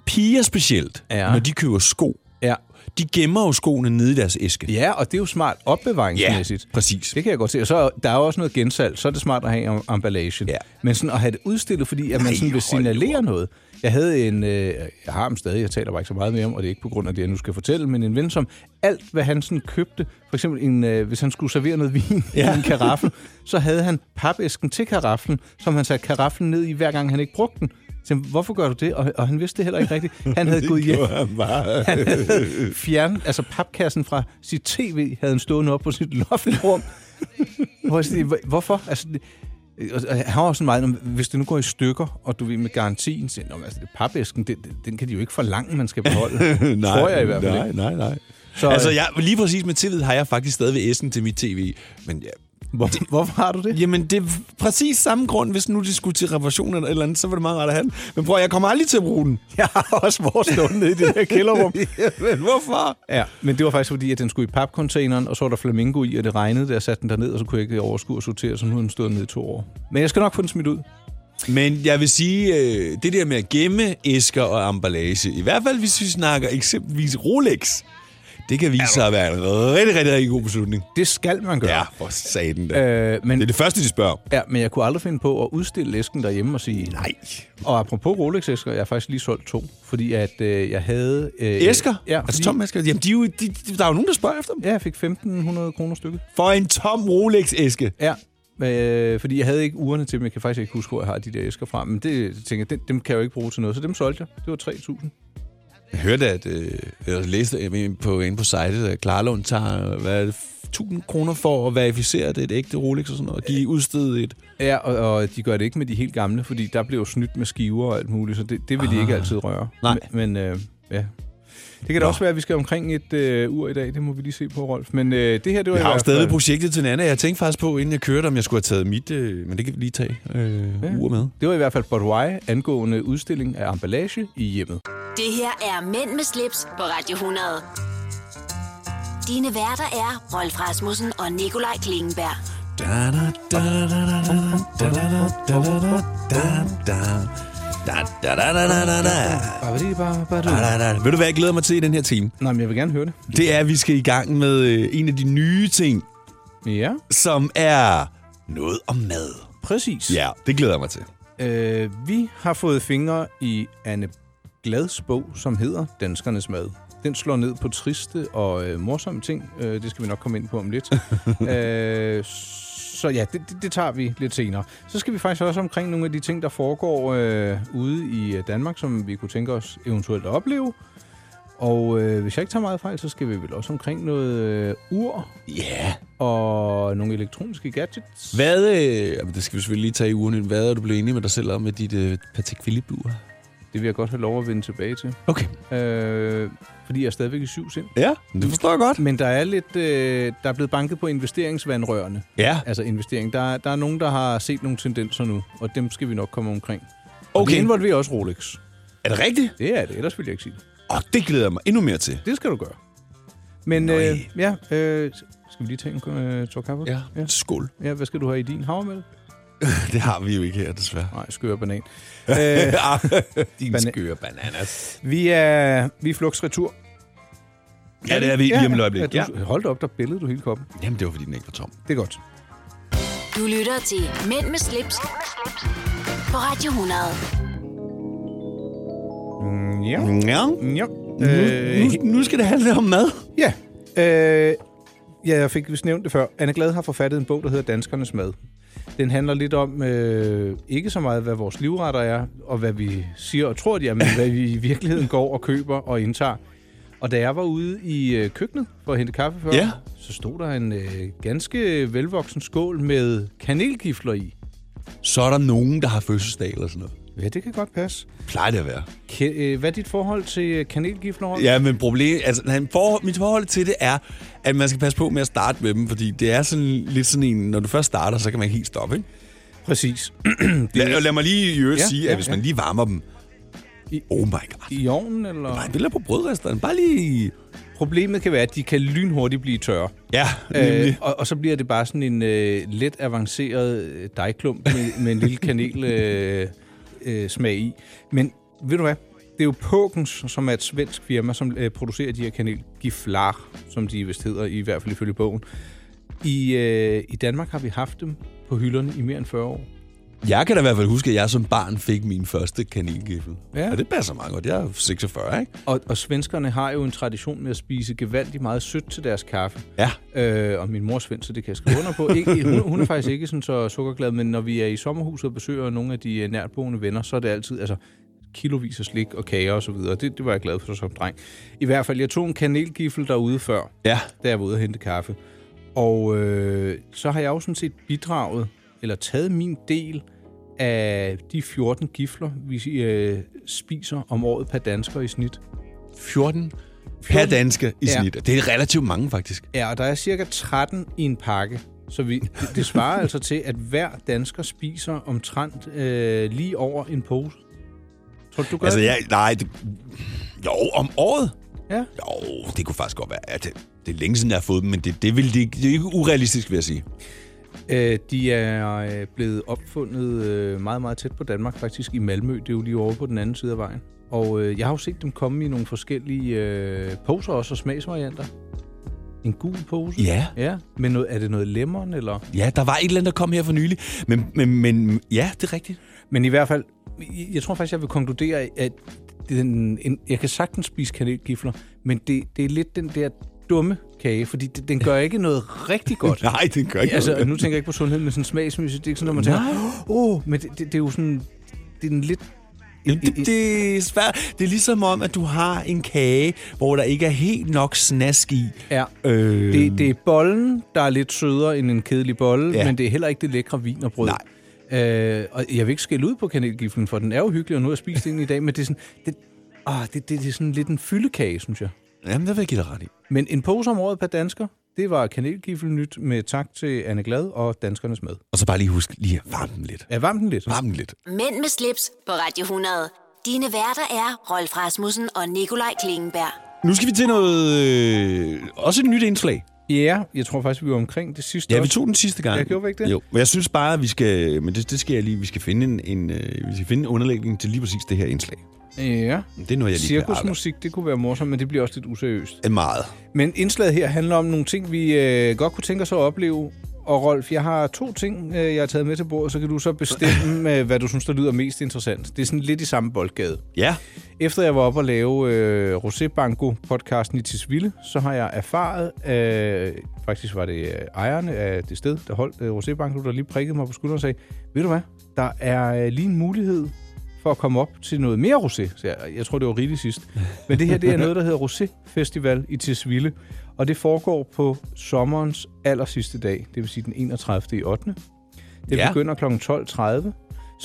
[SPEAKER 2] piger specielt, ja.
[SPEAKER 3] Ja.
[SPEAKER 2] når de køber sko,
[SPEAKER 3] Ja.
[SPEAKER 2] de gemmer jo skoene nede i deres æske.
[SPEAKER 3] ja, og det er jo smart opbevaringsmæssigt.
[SPEAKER 2] præcis.
[SPEAKER 3] Det kan jeg godt se. Og så er- der er jo også noget gensalg, så er det smart at have em- emballagen.
[SPEAKER 2] Ja.
[SPEAKER 3] Men sådan at have det udstillet, fordi at man
[SPEAKER 2] Nej,
[SPEAKER 3] sådan vil
[SPEAKER 2] hold nu
[SPEAKER 3] signalere noget. Jeg havde en, øh, jeg har ham stadig, jeg taler bare ikke så meget med ham, og det er ikke på grund af det, jeg nu skal fortælle, men en ven, som alt, hvad han sådan købte, for eksempel en, øh, hvis han skulle servere noget vin
[SPEAKER 2] Ja.
[SPEAKER 3] ja. i en karaffel, så havde han papæsken til karaffelen, som han satte karaffelen ned i, hver gang han ikke brugte den. Så, hvorfor gør du det? Og, og han vidste det heller ikke rigtigt.
[SPEAKER 2] *laughs*
[SPEAKER 3] Han havde gået hjem *laughs* fjerne, altså papkassen fra sit tv, havde han stående op på sit loftrum. Hvor jeg siger, "Hvor- hvorfor? Altså, det, og- og han var også sådan meget, "Nå, men hvis det nu går i stykker, og du ved med garantien, så, "Nå, men altså, det er papæsken, den, den- den kan de jo ikke forlange, man
[SPEAKER 2] *laughs*
[SPEAKER 3] skal beholde.
[SPEAKER 2] nej,
[SPEAKER 3] Tror jeg i hvert fald
[SPEAKER 2] nej,
[SPEAKER 3] ikke.
[SPEAKER 2] nej, nej. Så,
[SPEAKER 3] Så,
[SPEAKER 2] altså,
[SPEAKER 3] øh,
[SPEAKER 2] jeg, lige præcis med tillid har jeg faktisk stadigvæk æsken til mit tv. Men ja,
[SPEAKER 3] Hvor, hvorfor har du det?
[SPEAKER 2] Jamen, det er præcis samme grund, hvis nu de skulle til reparation eller et eller andet, så var det meget rart at have den. Men prøv at- jeg kommer aldrig til at bruge den.
[SPEAKER 3] *laughs* Jeg har også vores stående nede i det her kælderrum.
[SPEAKER 2] *laughs* Jamen, hvorfor?
[SPEAKER 3] Ja, men det var faktisk fordi, at den skulle i papcontaineren, og så var der flamingo i, og det regnede, da jeg satte den derned, og så kunne jeg ikke overskue at sortere, så nu har den stået nede i to år. Men jeg skal nok få den smidt ud.
[SPEAKER 2] Men jeg vil sige, øh, det der med at gemme æsker og emballage, i hvert fald hvis vi snakker eksempelvis Rolex, det kan vise sig at være en rigtig, rigtig, rigtig god beslutning.
[SPEAKER 3] Det skal man gøre.
[SPEAKER 2] Ja, for satan da.
[SPEAKER 3] Øh, men
[SPEAKER 2] Det er det første, de spørger om.
[SPEAKER 3] Ja, men jeg kunne aldrig finde på at udstille æsken derhjemme og sige... Nej. Og apropos Rolex-æsker, jeg har faktisk lige solgt to, fordi at øh, jeg havde... Øh,
[SPEAKER 2] Æsker?
[SPEAKER 3] Ja,
[SPEAKER 2] altså
[SPEAKER 3] fordi,
[SPEAKER 2] tom æsker? Jamen, de, er jo- de, de, der er jo nogen, der spørger efter dem.
[SPEAKER 3] ja, jeg fik 1.500 kroner stykket.
[SPEAKER 2] For en tom Rolex-æske.
[SPEAKER 3] Ja, øh, fordi jeg havde ikke urene til dem. Jeg kan faktisk ikke huske, hvor jeg har de der æsker fra, men det tænker jeg, dem, dem kan jeg jo ikke bruge til noget, så dem solgte jeg. Det var 3.000.
[SPEAKER 2] Jeg hørte, at øh, jeg læste inde på, inde på sitet, at Klarlund tager hvad er det, 1000 kroner for at verificere, at det er et ægte Rolex og sådan noget, og de er udstedet et.
[SPEAKER 3] Ja, og, og de gør det ikke med de helt gamle, fordi der blev jo snydt med skiver og alt muligt, så det, det vil de ikke altid røre.
[SPEAKER 2] Ah. Nej.
[SPEAKER 3] Men, men øh, ja... Det kan da også være, at vi skal omkring et øh, ur i dag. Det må vi lige se på, Rolf. Men øh, det her, det var
[SPEAKER 2] Jeg
[SPEAKER 3] i
[SPEAKER 2] har jo
[SPEAKER 3] hvert
[SPEAKER 2] stadig
[SPEAKER 3] fald-
[SPEAKER 2] projektet til en anden. Jeg tænkte faktisk på, inden jeg kørte, om jeg skulle have taget mit, øh, men det kan vi lige tage øh, ja. ur med.
[SPEAKER 3] Det var i hvert fald Botwai angående udstilling af emballage i hjemmet.
[SPEAKER 1] Det her er Mænd med slips på Radio 100. Dine værter er Rolf Rasmussen og Nikolaj Klingenberg.
[SPEAKER 2] Ved du hvad, jeg glæder mig til i den her time?
[SPEAKER 3] Nej, men jeg vil gerne høre det.
[SPEAKER 2] Det er, at vi skal i gang med øh, en af de nye ting,
[SPEAKER 3] Ja,
[SPEAKER 2] som er noget om mad.
[SPEAKER 3] præcis.
[SPEAKER 2] Ja, det glæder jeg mig til.
[SPEAKER 3] Øh, vi har fået fingre i Anne Glads bog, som hedder Danskernes Mad. Den slår ned på triste og øh, morsomme ting. Øh, det skal vi nok komme ind på om lidt. øh, så ja, det, det, det tager vi lidt senere. Så skal vi faktisk også omkring nogle af de ting, der foregår øh, ude i øh, Danmark, som vi kunne tænke os eventuelt at opleve. Og øh, hvis jeg ikke tager meget fejl, så skal vi vel også omkring noget øh, ur
[SPEAKER 2] Ja. Yeah.
[SPEAKER 3] og nogle elektroniske gadgets.
[SPEAKER 2] Hvad, øh, jamen, det skal vi selvfølgelig lige tage i ugen, hvad er du blevet enig med dig selv om med dit øh, Patek Philippe-ur?
[SPEAKER 3] Det vil jeg godt have lov at vende tilbage til.
[SPEAKER 2] Okay. Mm.
[SPEAKER 3] Øh, fordi jeg er stadigvæk i syv sind.
[SPEAKER 2] Ja, det forstår jeg godt.
[SPEAKER 3] Men der er lidt, øh, der er blevet banket på investeringsvandrørene.
[SPEAKER 2] Ja,
[SPEAKER 3] Altså investering. Der, er- der er nogen, der har set nogle tendenser nu, og dem skal vi nok komme omkring. Og
[SPEAKER 2] Okay.
[SPEAKER 3] Det involverer også Rolex.
[SPEAKER 2] er det rigtigt?
[SPEAKER 3] Det er det, ellers ville jeg ikke sige det.
[SPEAKER 2] Åh, oh, det glæder jeg mig endnu mere til.
[SPEAKER 3] Det skal du gøre. Men
[SPEAKER 2] Nøj.
[SPEAKER 3] øh, ja, øh, skal vi lige tage en øh, tår kaffe?
[SPEAKER 2] ja.
[SPEAKER 3] ja.
[SPEAKER 2] Skål.
[SPEAKER 3] Ja, hvad skal du have i din havremælk?
[SPEAKER 2] *laughs* Det har vi jo ikke her, desværre.
[SPEAKER 3] Nej, skør
[SPEAKER 2] *laughs*
[SPEAKER 3] banan.
[SPEAKER 2] Din
[SPEAKER 3] Bana-
[SPEAKER 2] skøre bananas.
[SPEAKER 3] Vi er, vi er flux retur.
[SPEAKER 2] Ja, det er vi lige om et øjeblik.
[SPEAKER 3] Ja, du, hold da op, der billede du hele koppen.
[SPEAKER 2] Jamen, det var, fordi den ikke var tom.
[SPEAKER 3] Det er godt.
[SPEAKER 1] Du lytter til Mænd med slips, på Radio 100.
[SPEAKER 3] Mm, ja.
[SPEAKER 2] Ja.
[SPEAKER 3] Ja. Øh,
[SPEAKER 2] Øh, Nu, nu skal det handle om mad.
[SPEAKER 3] Ja. Øh, ja, jeg fik vist nævnt det før. Anne Glad har forfattet en bog, der hedder Danskernes Mad. Den handler lidt om, øh, ikke så meget, hvad vores livretter er, og hvad vi siger og tror, de er, men hvad vi i virkeligheden går og køber og indtager. Og da jeg var ude i øh, køkkenet for at hente kaffe før,
[SPEAKER 2] Ja.
[SPEAKER 3] så stod der en øh, ganske velvoksen skål med kanelgifler i.
[SPEAKER 2] Så er der nogen, der har fødselsdag eller sådan noget.
[SPEAKER 3] Ja, det kan godt passe.
[SPEAKER 2] Plejer det at være.
[SPEAKER 3] Ke- øh, hvad er dit forhold til øh, kanelgiften over?
[SPEAKER 2] Ja, men problem, altså, han for, mit forhold til det er, at man skal passe på med at starte med dem, fordi det er sådan, lidt sådan en, når du først starter, så kan man ikke helt stoppe. Ikke?
[SPEAKER 3] Præcis.
[SPEAKER 2] Lad, lad, mig lige i øvrigt ja,
[SPEAKER 3] Ja,
[SPEAKER 2] sige, at
[SPEAKER 3] ja,
[SPEAKER 2] hvis
[SPEAKER 3] ja.
[SPEAKER 2] man lige varmer dem, oh my god.
[SPEAKER 3] I ovnen, eller?
[SPEAKER 2] Nej, det er på brødresteren. Bare lige...
[SPEAKER 3] Problemet kan være, at de kan lynhurtigt blive tørre.
[SPEAKER 2] Ja, nemlig.
[SPEAKER 3] Øh, og, og så bliver det bare sådan en øh, let avanceret øh, dejklump med, med en lille kanel øh, øh, smag i. Men ved du hvad? Det er jo Påkens, som er et svensk firma, som øh, producerer de her kanelgiflar, som de vist hedder, i hvert fald ifølge bogen. I, øh, I Danmark har vi haft dem på hylderne i mere end 40 år.
[SPEAKER 2] Jeg kan da i hvert fald huske, at jeg som barn fik min første kanelgiffel.
[SPEAKER 3] Ja.
[SPEAKER 2] Og det passer meget godt. Jeg er 46, ikke?
[SPEAKER 3] Og, og svenskerne har jo en tradition med at spise gevaldigt meget sødt til deres kaffe.
[SPEAKER 2] Ja.
[SPEAKER 3] Øh, og min mor er svensk, så det kan jeg skrive under på. Ikke, hun, hun er faktisk ikke sådan så sukkerglad, men når vi er i sommerhuset og besøger nogle af de øh, nærtboende venner, så er det altid altså, kilovis af slik og kager og så videre. Det, det var jeg glad for som dreng. I hvert fald, jeg tog en kanelgifle derude før,
[SPEAKER 2] Ja.
[SPEAKER 3] da jeg var ude og hente kaffe. Og øh, så har jeg jo sådan set bidraget, eller taget min del af de 14 gifler, vi øh, spiser om året per dansker i snit.
[SPEAKER 2] 14 per danske i
[SPEAKER 3] Ja.
[SPEAKER 2] snit. Og Det er relativt mange, faktisk.
[SPEAKER 3] Ja, og der er cirka 13 i en pakke. Så vi, det,
[SPEAKER 2] *laughs*
[SPEAKER 3] det svarer altså til, at hver dansker spiser omtrent øh, lige over en pose. Tror du, du gør
[SPEAKER 2] Altså,
[SPEAKER 3] det?
[SPEAKER 2] jeg, nej, det, jo, om året.
[SPEAKER 3] Ja.
[SPEAKER 2] Jo, det kunne faktisk godt være. Ja, det, det er længe siden, jeg har fået dem, men det, det, vil, det, ikke- det er ikke urealistisk, vil jeg sige.
[SPEAKER 3] Øh, de er øh, blevet opfundet øh, meget, meget tæt på Danmark, faktisk i Malmø. Det er jo lige over på den anden side af vejen. Og øh, jeg har jo set dem komme i nogle forskellige øh, poser også, og smagsvarianter. En gul pose?
[SPEAKER 2] Ja.
[SPEAKER 3] Ja, men noget, er det noget lemon, eller...
[SPEAKER 2] Ja, der var et eller andet, der kom her for nylig. Men, men, men ja, det er rigtigt.
[SPEAKER 3] Men i hvert fald, jeg tror faktisk, jeg vil konkludere, at den, en, jeg kan sagtens spise kanelgifler, men det, det er lidt den der dumme kage, fordi det, den gør ikke noget rigtig
[SPEAKER 2] *laughs*
[SPEAKER 3] godt.
[SPEAKER 2] Nej, det gør ikke
[SPEAKER 3] altså,
[SPEAKER 2] noget.
[SPEAKER 3] nu tænker jeg ikke på sundhed, men sådan smagsmæssigt, det er ikke sådan, når man tænker, åh, oh, men det, det, det, er jo sådan, det er en lidt...
[SPEAKER 2] Jamen, det, det er svært. Det er ligesom om, at du har en kage, hvor der ikke er helt nok snask i.
[SPEAKER 3] Ja.
[SPEAKER 2] Øh,
[SPEAKER 3] Det, det er bollen, der er lidt sødere end en kedelig bolle,
[SPEAKER 2] Ja.
[SPEAKER 3] ja. men det er heller ikke det lækre vin og brød. Øh, og jeg vil ikke skælde ud på kanelgiflen, for den er jo hyggelig, og nu har jeg spist den i dag, men det er sådan, det, ah, det, det, det er sådan lidt en fyldekage, synes jeg.
[SPEAKER 2] Jamen, det vil jeg give dig ret i.
[SPEAKER 3] Men en pose om året per dansker, det var kanelgifle nyt med tak til Anne Glad og danskernes med.
[SPEAKER 2] Og så bare lige husk lige at varme den lidt.
[SPEAKER 3] Er varm den lidt?
[SPEAKER 2] Varme den lidt.
[SPEAKER 1] Mænd med slips på Radio 100. Dine værter er Rolf Rasmussen og Nikolaj Klingenberg.
[SPEAKER 2] Nu skal vi til noget... Øh, også et nyt indslag.
[SPEAKER 3] Ja, jeg tror faktisk, vi var omkring det sidste
[SPEAKER 2] Ja, vi
[SPEAKER 3] også.
[SPEAKER 2] tog den sidste gang.
[SPEAKER 3] Jeg gjorde vi ikke det?
[SPEAKER 2] Jo, men jeg synes bare, at vi skal... Men det, det skal jeg lige... Vi skal finde en, en, øh, vi skal finde en underlægning til lige præcis det her indslag.
[SPEAKER 3] Ja.
[SPEAKER 2] Det er noget, jeg lige kan
[SPEAKER 3] Cirkusmusik, det kunne være morsomt, men det bliver også lidt useriøst.
[SPEAKER 2] arbejde- Meget.
[SPEAKER 3] Men indslaget her handler om nogle ting, vi øh, godt kunne tænke os at opleve. Og Rolf, jeg har to ting, øh, jeg har taget med til bordet, så kan du så
[SPEAKER 2] *clears throat*
[SPEAKER 3] bestemme, øh, hvad du synes, der lyder mest interessant. Det er sådan lidt i samme boldgade.
[SPEAKER 2] Ja.
[SPEAKER 3] Efter jeg var oppe og lave øh, Rosé Banco-podcasten i Tisvilde, så har jeg erfaret, øh, faktisk var det øh, ejerne af det sted, der holdt øh, Rosé Banco, der lige prikkede mig på skulderen og sagde, ved du hvad, der er øh, lige en mulighed for at komme op til noget mere rosé. Så jeg, jeg tror, det var rigtigt sidst. Men det her, det er noget, der hedder Rosé Festival i Tisvilde, og det foregår på sommerens aller sidste dag, det vil sige den 31. i 8. Det
[SPEAKER 2] Ja.
[SPEAKER 3] ja. begynder kl. 12.30.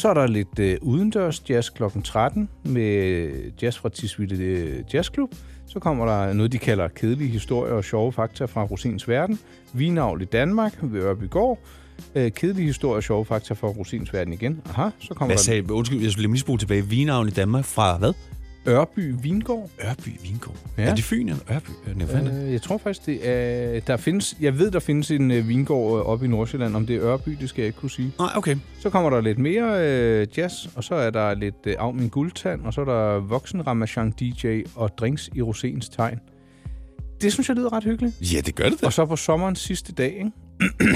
[SPEAKER 3] Så er der lidt øh, udendørs jazz kl. 13 med jazz fra Tisvilde øh, Jazzklub. Så kommer der noget, de kalder kedelige historier og sjove fakta fra Rosins verden. Vinavl i Danmark ved Ørbygård. Øh, kedelige historier og sjove fakta fra Rosins verden igen. Aha, så kommer
[SPEAKER 2] Hvad sagde... Undskyld, jeg skulle lige misbruge tilbage. Vinavn i Danmark fra hvad?
[SPEAKER 3] der Ørby Vingård.
[SPEAKER 2] Ørby Vingård. Ja.
[SPEAKER 3] Ja.
[SPEAKER 2] Er det Fyn eller Ørby? Øh, nej, hvad fanden er det?
[SPEAKER 3] Øh, jeg tror faktisk, det er, der findes, jeg ved, der findes en øh, vingård øh, oppe i Nordsjælland. Om det er Ørby, det skal jeg ikke kunne sige.
[SPEAKER 2] Nej, okay.
[SPEAKER 3] Så kommer der lidt mere øh, jazz, og så er der lidt øh, af min guldtand, og så er der voksen ramachan DJ og drinks i rosens tegn. Det synes jeg lyder ret hyggeligt.
[SPEAKER 2] Ja, det gør det da.
[SPEAKER 3] Og så på sommerens sidste dag, ikke?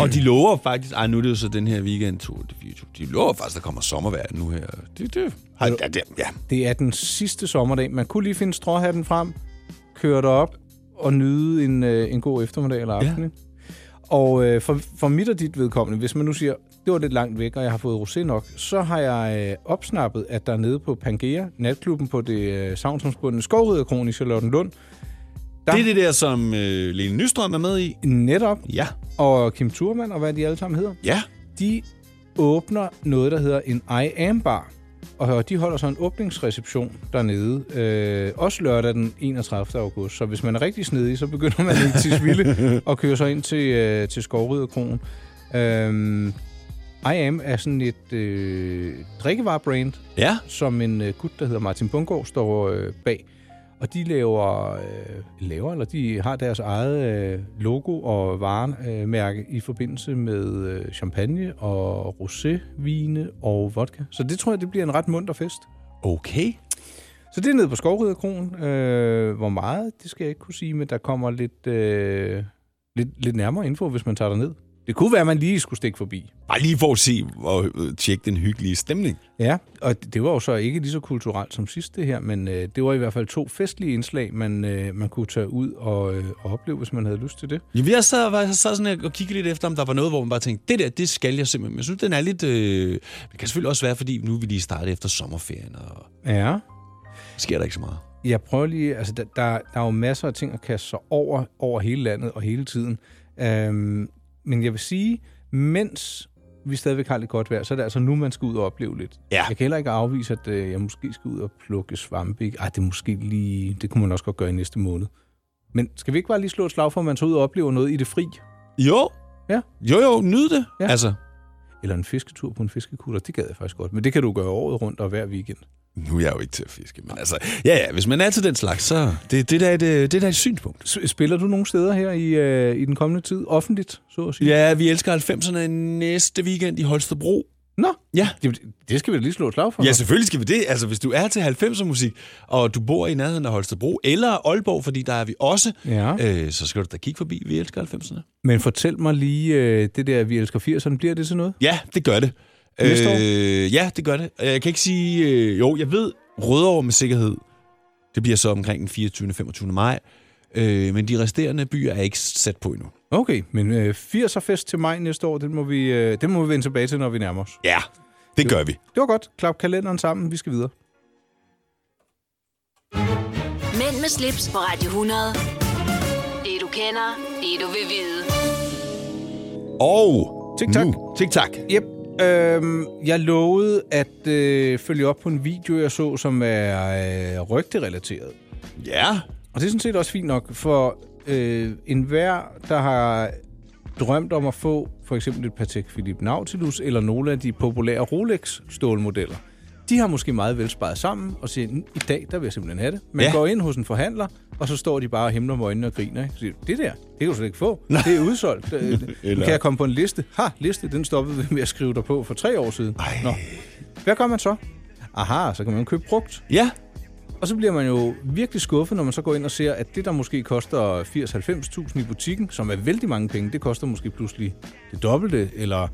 [SPEAKER 2] Og de lover faktisk, ej nu er det jo så den her weekend, 2. til 24. de lover faktisk, der kommer sommervejr nu her. Det, det, har, ja, det, ja.
[SPEAKER 3] Det er den sidste sommerdag. Man kunne lige finde stråhatten frem, køre derop og nyde en, øh, en god eftermiddag eller aften.
[SPEAKER 2] Ja.
[SPEAKER 3] Ja. Og øh, for, for mit og dit vedkommende, hvis man nu siger, det var lidt langt væk, og jeg har fået rosé nok, så har jeg øh, opsnappet, at der nede på Pangea, natklubben på det øh, savnsomsbundne Skovriderkron i Charlottenlund,
[SPEAKER 2] det er det der, som øh, Lene Nystrøm er med i.
[SPEAKER 3] netop,
[SPEAKER 2] Ja.
[SPEAKER 3] og Kim Thurman, og hvad de alle sammen hedder,
[SPEAKER 2] Ja.
[SPEAKER 3] de åbner noget, der hedder en I Am Bar. Og de holder så en åbningsreception dernede, øh, også lørdag den 31. august. Så hvis man er rigtig snedig, så begynder man i Tisvilde og kører så ind til, øh, til Skovriderkronen. Øh, I Am er sådan et øh, drikkevarebrand,
[SPEAKER 2] Ja.
[SPEAKER 3] som en øh, gut, der hedder Martin Bungård, står øh, bag. Og de laver, øh, laver, eller de har deres eget øh, logo og varemærke øh, mærke i forbindelse med øh, champagne og rosévine og vodka. Så det tror jeg, det bliver en ret munter fest.
[SPEAKER 2] Okay.
[SPEAKER 3] Så det er nede på Skovriderkronen. Øh, hvor meget, det skal jeg ikke kunne sige, men der kommer lidt, øh, lidt, lidt nærmere info, hvis man tager derned. Det kunne være, at man lige skulle stikke forbi.
[SPEAKER 2] Bare lige for at se og øh, tjekke den hyggelige stemning.
[SPEAKER 3] Ja, og det var jo så ikke lige så kulturelt som sidst det her, men øh, det var i hvert fald to festlige indslag, man, øh, man kunne tage ud og, øh, og opleve, hvis man havde lyst til det.
[SPEAKER 2] Jamen, jeg sad, var, jeg sad sådan her og kiggede lidt efter, om der var noget, hvor man bare tænkte, det der, det skal jeg simpelthen. Men Jeg synes, den er lidt... Øh, det kan selvfølgelig også være, fordi nu er vi lige startet efter sommerferien, og
[SPEAKER 3] Ja.
[SPEAKER 2] sker der ikke så meget.
[SPEAKER 3] Jeg prøver lige, altså der, der, der er jo masser af ting at kaste sig over, over hele landet og hele tiden. Øhm, men jeg vil sige, mens vi stadigvæk har lidt godt vejr, så er det altså nu, man skal ud og opleve lidt.
[SPEAKER 2] Ja.
[SPEAKER 3] Jeg kan heller ikke afvise, at øh, jeg måske skal ud og plukke svampe. ikke? Ej, det er måske lige, det kunne man også godt gøre i næste måned. Men skal vi ikke bare lige slå et slag for, at man tager ud og oplever noget i det fri?
[SPEAKER 2] Jo.
[SPEAKER 3] Ja.
[SPEAKER 2] Jo, jo, nyd det.
[SPEAKER 3] Ja.
[SPEAKER 2] Altså,
[SPEAKER 3] Eller en fisketur på en fiskekutter, det gad jeg faktisk godt. Men det kan du gøre året rundt og hver weekend.
[SPEAKER 2] nu er jeg jo ikke til at fiske, men altså, ja, ja, hvis man er til den slags, så det, det, er da et, øh, det er da et synspunkt.
[SPEAKER 3] S- Spiller du nogle steder her i, øh, i den kommende tid offentligt, så at sige?
[SPEAKER 2] Ja, vi elsker 90'erne næste weekend i Holstebro.
[SPEAKER 3] Nå,
[SPEAKER 2] Ja.
[SPEAKER 3] Jamen, det skal vi da lige slå et slag for.
[SPEAKER 2] Ja, selvfølgelig skal vi det. Altså, hvis du er til 90'er musik, og du bor i nærheden af Holstebro, eller Aalborg, fordi der er vi også,
[SPEAKER 3] Ja.
[SPEAKER 2] øh, så skal du da kigge forbi. Vi elsker 90'erne.
[SPEAKER 3] Men fortæl mig lige, øh, det der, vi elsker 80'erne, bliver det til noget?
[SPEAKER 2] Ja, det gør det.
[SPEAKER 3] Næste år?
[SPEAKER 2] Øh, ja, det gør det. Jeg kan ikke sige... Øh, jo, jeg ved Rødovre med sikkerhed. Det bliver så omkring den 24. 25. maj. Øh, men de resterende byer er ikke sat på endnu.
[SPEAKER 3] Okay, men øh, 80'er fest til maj næste år, den må, vi, øh, den må vi vende tilbage til, når vi nærmer os.
[SPEAKER 2] Ja, det gør vi.
[SPEAKER 3] Det var godt. Klap kalenderen sammen. Vi skal videre.
[SPEAKER 1] Mænd med slips på Radio 100. Det du kender, det du vil vide.
[SPEAKER 2] Og
[SPEAKER 3] Tik-tak.
[SPEAKER 2] nu- Tik-tak.
[SPEAKER 3] Yep. Øhm, jeg lovede at øh, følge op på en video, jeg så, som er øh, rygterelateret.
[SPEAKER 2] Ja.
[SPEAKER 3] Og det er sådan set også fint nok, for øh, enhver, der har drømt om at få for eksempel et Patek Philippe Nautilus eller nogle af de populære Rolex-stålmodeller, de har måske meget vel sparet sammen og siger, i dag der vil jeg simpelthen have det. Man
[SPEAKER 2] Ja.
[SPEAKER 3] ja. går ind hos en forhandler, og så står de bare og himler med øjnene og griner. Ikke? Så Siger, det der, det kan du slet ikke få. Det er udsolgt. Øh,
[SPEAKER 2] *laughs* Eller-
[SPEAKER 3] Kan jeg komme på en liste? Ha, liste, den stoppede vi med at skrive dig på for tre år siden.
[SPEAKER 2] Ej.
[SPEAKER 3] Nå. Hvad gør man så? Aha, så kan man købe brugt.
[SPEAKER 2] Ja.
[SPEAKER 3] Og så bliver man jo virkelig skuffet, når man så går ind og ser, at det, der måske koster 80-90.000 i butikken, som er vældig mange penge, det koster måske pludselig det dobbelte, eller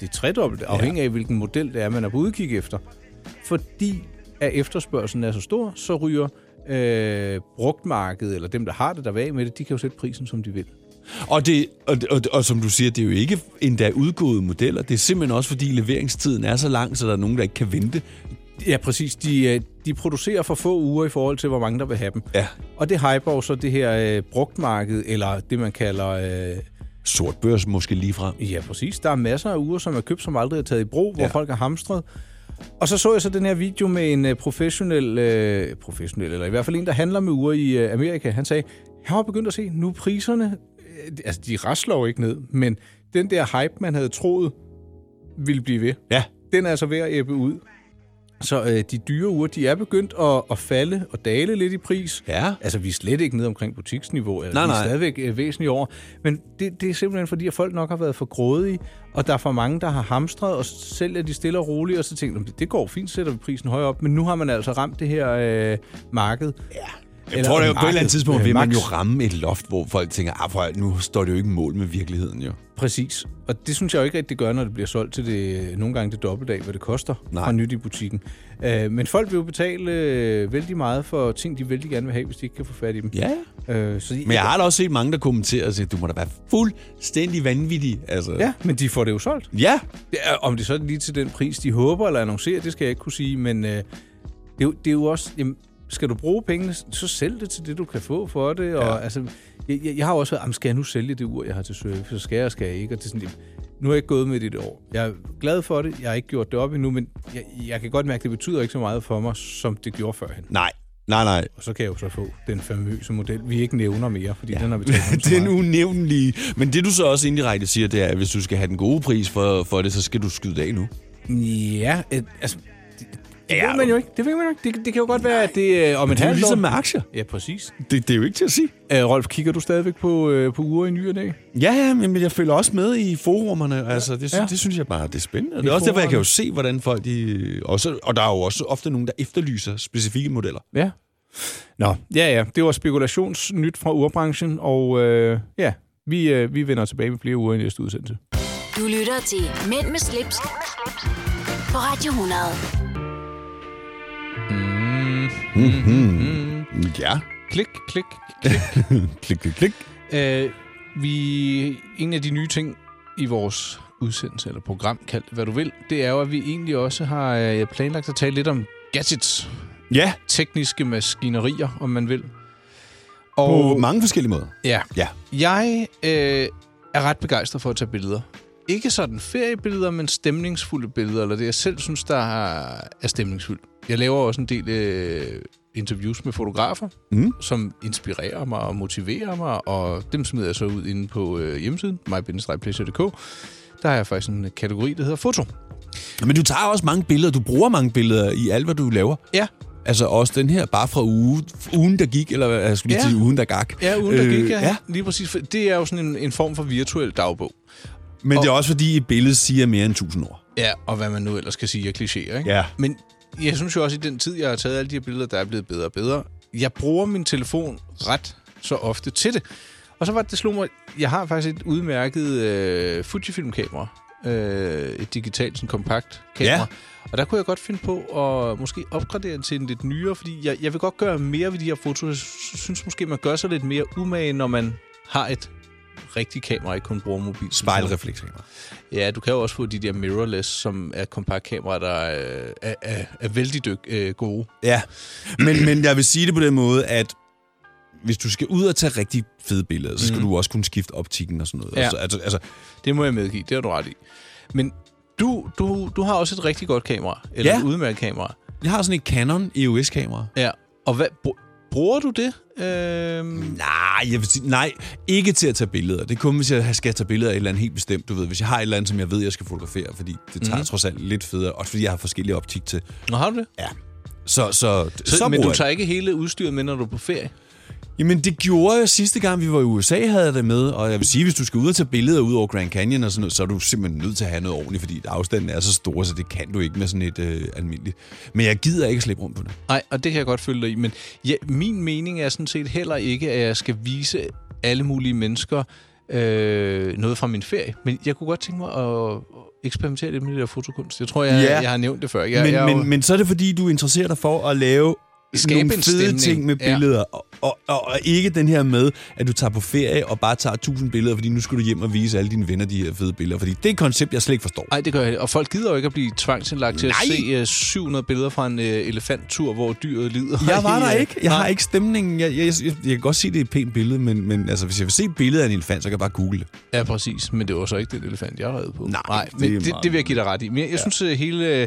[SPEAKER 3] det tredobbelte, afhængig af, hvilken model det er, man er på udkig efter. Fordi at efterspørgselen er så stor, så ryger øh, brugtmarkedet, eller dem, der har det, der vil af med det, de kan jo sætte prisen, som de vil.
[SPEAKER 2] Og, det, og, og, og som du siger, det er jo ikke endda udgåede modeller. Det er simpelthen også, fordi leveringstiden er så lang, så der er nogen, der ikke kan vente.
[SPEAKER 3] Ja, præcis. De, øh, de producerer for få uger i forhold til, hvor mange der vil have dem.
[SPEAKER 2] Ja.
[SPEAKER 3] Og det hyper jo så det her øh, brugtmarked, eller det, man kalder... Øh,
[SPEAKER 2] Sort børs måske lige frem.
[SPEAKER 3] Ja, præcis. Der er masser af uger, som er købt, som aldrig er taget i brug, hvor
[SPEAKER 2] Ja.
[SPEAKER 3] ja. folk er hamstret. Og så så jeg så den her video med en øh, professionel, øh, professionel, eller i hvert fald en, der handler med uger i øh, Amerika. Han sagde, jeg har begyndt at se, nu er priserne, øh, altså de rasler jo ikke ned, men den der hype, man havde troet, ville blive ved,
[SPEAKER 2] Ja.
[SPEAKER 3] den er altså ved at æbbe ud. Så øh, de dyre uger, de er begyndt at, at falde og dale lidt i pris.
[SPEAKER 2] Ja.
[SPEAKER 3] Altså, vi er slet ikke nede omkring butiksniveau, eller
[SPEAKER 2] Nej,
[SPEAKER 3] nej, vi er
[SPEAKER 2] nej.
[SPEAKER 3] stadigvæk øh, væsentligt over. Men det, det er simpelthen fordi, at folk nok har været for grådige, og der er for mange, der har hamstret, og sælger de stille og roligt, og så tænker de, det går fint, sætter vi prisen højere op, men nu har man altså ramt det her øh, marked.
[SPEAKER 2] Jeg
[SPEAKER 3] Eller
[SPEAKER 2] tror, det er jo på
[SPEAKER 3] marked.
[SPEAKER 2] et eller andet tidspunkt,
[SPEAKER 3] Øh,
[SPEAKER 2] vil man
[SPEAKER 3] max.
[SPEAKER 2] jo ramme et loft, hvor folk tænker, ah, prøv, at høre, nu står det jo ikke mål med virkeligheden, jo.
[SPEAKER 3] Præcis. Og det synes jeg jo ikke rigtig gør, når det bliver solgt til det, nogle gange det dobbelt af, hvad det koster
[SPEAKER 2] Nej.
[SPEAKER 3] fra nyt i butikken. Øh, men folk vil jo betale øh, vældig meget for ting, de vældig gerne vil have, hvis de ikke kan få fat i dem.
[SPEAKER 2] Ja.
[SPEAKER 3] Øh, så de,
[SPEAKER 2] Men jeg har da også set mange, der kommenterer og siger, du må da være fuldstændig vanvittig. Altså.
[SPEAKER 3] Ja, men de får det jo solgt.
[SPEAKER 2] Ja.
[SPEAKER 3] Det er, om det så er lige til den pris, de håber eller annoncerer, det skal jeg ikke kunne sige, men øh, det, er jo, det er jo også... Jamen, skal du bruge pengene, så sælg det til det, du kan få for det. Og, ja. altså, jeg, jeg, jeg har jo også været, "Jamen, skal jeg nu sælge det ur, jeg har til service, så skal jeg, skal jeg ikke? Og det er sådan, nu er jeg ikke gået med dit år. Jeg er glad for det. Jeg har ikke gjort det op endnu, men jeg, jeg kan godt mærke, at det betyder ikke så meget for mig, som det gjorde førhen.
[SPEAKER 2] Nej, nej, nej.
[SPEAKER 3] Og så kan jeg jo så få den famøse model, vi ikke nævner mere, fordi ja. den har vi talt om så
[SPEAKER 2] Den
[SPEAKER 3] meget.
[SPEAKER 2] unævnlige. Men det du så også indirekte siger, det er, at hvis du skal have den gode pris for, for det, så skal du skyde det af nu.
[SPEAKER 3] Ja, et, altså... Det, det
[SPEAKER 2] Ja.
[SPEAKER 3] ved man jo ikke. Det ved man jo ikke. Det, det kan jo godt være, at det øh, om et
[SPEAKER 2] Det er jo
[SPEAKER 3] halvt
[SPEAKER 2] ligesom med
[SPEAKER 3] år...
[SPEAKER 2] aktier.
[SPEAKER 3] Ja, præcis.
[SPEAKER 2] Det, det er jo ikke til at sige.
[SPEAKER 3] Øh, Rolf, kigger du stadigvæk på, øh, på uger i ny og dag?
[SPEAKER 2] Ja, ja, men men jeg følger også med i forumerne. Altså, det, sy-
[SPEAKER 3] Ja.
[SPEAKER 2] det synes jeg bare, det er spændende. Og
[SPEAKER 3] I
[SPEAKER 2] det er også derfor, jeg kan jo
[SPEAKER 3] forumerne.
[SPEAKER 2] se, hvordan folk de... Og, så, og der er jo også ofte nogen, der efterlyser specifikke modeller.
[SPEAKER 3] Ja. Nå, ja, ja. Det var spekulationsnyt fra urbranchen, og øh, ja, vi, øh, vi vender tilbage med flere uger i næste udsendelse.
[SPEAKER 1] Du lytter til Mænd med slips, Mænd med slips. på Radio 100.
[SPEAKER 2] Hmm. Ja.
[SPEAKER 3] Hmm. Klik, klik, Mm-hmm.
[SPEAKER 2] Klik,
[SPEAKER 3] klik.
[SPEAKER 2] klik, klik.
[SPEAKER 3] øh, vi, en af de nye ting i vores udsendelse eller program, kaldt hvad du vil, det er jo, at vi egentlig også har øh, planlagt at tale lidt om gadgets.
[SPEAKER 2] Ja,
[SPEAKER 3] tekniske maskinerier, om man vil.
[SPEAKER 2] på
[SPEAKER 3] Og
[SPEAKER 2] mange forskellige måder.
[SPEAKER 3] ja,
[SPEAKER 2] Ja.
[SPEAKER 3] jeg øh, er ret begejstret for at tage billeder. Ikke sådan feriebilleder, men stemningsfulde billeder, eller det jeg selv synes, der er er stemningsfuldt. Jeg laver også en del øh, interviews med fotografer,
[SPEAKER 2] Mm.
[SPEAKER 3] som inspirerer mig og motiverer mig, og dem smider jeg så ud inde på øh, hjemmesiden, mybindestrejpleasure.dk. Der har jeg faktisk en kategori, der hedder foto.
[SPEAKER 2] Men du tager også mange billeder. Du bruger mange billeder i alt, hvad du laver.
[SPEAKER 3] Ja,
[SPEAKER 2] Altså også den her, bare fra uge, ugen, der gik, eller jeg skulle lige
[SPEAKER 3] Ja.
[SPEAKER 2] sige, ugen, der gak.
[SPEAKER 3] ja uden der gik,
[SPEAKER 2] Øh,
[SPEAKER 3] ja. ja. Lige præcis. for Det er jo sådan en, en form for virtuel dagbog.
[SPEAKER 2] Men det er også, fordi et billede siger mere end tusind ord.
[SPEAKER 3] Ja, og hvad man nu ellers kan sige er klichéer, ikke?
[SPEAKER 2] Ja.
[SPEAKER 3] Men jeg synes jo også, at i den tid, jeg har taget alle de her billeder, der er blevet bedre og bedre, jeg bruger min telefon ret så ofte til det. Og så var det, det slog mig, jeg har faktisk et udmærket øh, Fujifilm-kamera. Øh, et digitalt, sådan kompakt kamera.
[SPEAKER 2] Ja.
[SPEAKER 3] Og der kunne jeg godt finde på at måske opgradere den til en lidt nyere, fordi jeg, jeg vil godt gøre mere ved de her fotos. Jeg sy- synes måske, man gør sig lidt mere umage, når man har et rigtigt kamera, ikke kun bruger mobil.
[SPEAKER 2] Spejlreflekskamera.
[SPEAKER 3] Ja, du kan jo også få de der mirrorless, som er kompaktkameraer, der øh, er, er, er vældig dyk, øh, gode.
[SPEAKER 2] Ja, men, men jeg vil sige det på den måde, at hvis du skal ud og tage rigtig fede billeder, så skal mm. du også kunne skifte optikken og sådan noget.
[SPEAKER 3] Ja.
[SPEAKER 2] Altså, altså, altså,
[SPEAKER 3] Det må jeg medgive, det har du ret i. Men du, du, du har også et rigtig godt kamera, eller
[SPEAKER 2] Ja.
[SPEAKER 3] ja. et udmærket kamera.
[SPEAKER 2] jeg har sådan et Canon E EOS-kamera.
[SPEAKER 3] Ja, og hvad, br- bruger du det? Øhm,
[SPEAKER 2] Nej, jeg vil sige, nej, ikke til at tage billeder. Det er kun, hvis jeg skal tage billeder af et eller andet helt bestemt. Du ved, hvis jeg har et eller andet, som jeg ved, jeg skal fotografere, fordi det
[SPEAKER 3] Mhm.
[SPEAKER 2] tager mm. trods alt lidt federe, også fordi jeg har forskellige optik til.
[SPEAKER 3] Nå, har du det?
[SPEAKER 2] Ja. Så, så,
[SPEAKER 3] Så, så men
[SPEAKER 2] bruger
[SPEAKER 3] du
[SPEAKER 2] jeg
[SPEAKER 3] tager ikke hele udstyret med, når du er på ferie?
[SPEAKER 2] Jamen, det gjorde jeg sidste gang, vi var i USA, havde jeg det med. Og jeg vil sige, hvis du skal ud og tage billeder ud over Grand Canyon og sådan noget, så er du simpelthen nødt til at have noget ordentligt, fordi afstanden er så stor, så det kan du ikke med sådan et øh, almindeligt. Men jeg gider ikke slippe rundt på det.
[SPEAKER 3] Nej, og det kan jeg godt følge dig i, men ja, min mening er sådan set heller ikke, at jeg skal vise alle mulige mennesker øh, noget fra min ferie, men jeg kunne godt tænke mig at eksperimentere lidt med det der fotokunst. Jeg tror, jeg,
[SPEAKER 2] Ja.
[SPEAKER 3] ja. jeg har nævnt det før. Jeg,
[SPEAKER 2] Ja, men,
[SPEAKER 3] jeg er
[SPEAKER 2] men,
[SPEAKER 3] jo-
[SPEAKER 2] men så er det, fordi du interesserer dig for at lave
[SPEAKER 3] Skabe
[SPEAKER 2] nogle fede
[SPEAKER 3] en stemning.
[SPEAKER 2] ting med
[SPEAKER 3] Ja.
[SPEAKER 2] billeder, og, og, og, og ikke den her med, at du tager på ferie og bare tager tusind billeder, fordi nu skal du hjem og vise alle dine venner de her fede billeder, fordi det er et koncept, jeg slet ikke forstår.
[SPEAKER 3] Ej, det gør jeg ikke. Og folk gider jo ikke at blive tvangsindlagt til
[SPEAKER 2] Nej.
[SPEAKER 3] at se øh, 700 billeder fra en øh, elefanttur, hvor dyret lider.
[SPEAKER 2] Jeg var
[SPEAKER 3] *laughs* i,
[SPEAKER 2] der
[SPEAKER 3] øh,
[SPEAKER 2] ikke. Jeg
[SPEAKER 3] nej.
[SPEAKER 2] har ikke stemningen. Jeg, jeg, jeg, jeg kan godt se, det er et pænt billede, men, men altså, hvis jeg vil se et billede af en elefant, så kan jeg bare google det.
[SPEAKER 3] Ja, præcis. Men det var så ikke den elefant, jeg redde på.
[SPEAKER 2] Nej,
[SPEAKER 3] Nej
[SPEAKER 2] det
[SPEAKER 3] men
[SPEAKER 2] er
[SPEAKER 3] det, det,
[SPEAKER 2] meget-
[SPEAKER 3] vil jeg give dig ret i. Men jeg, jeg synes, at hele øh,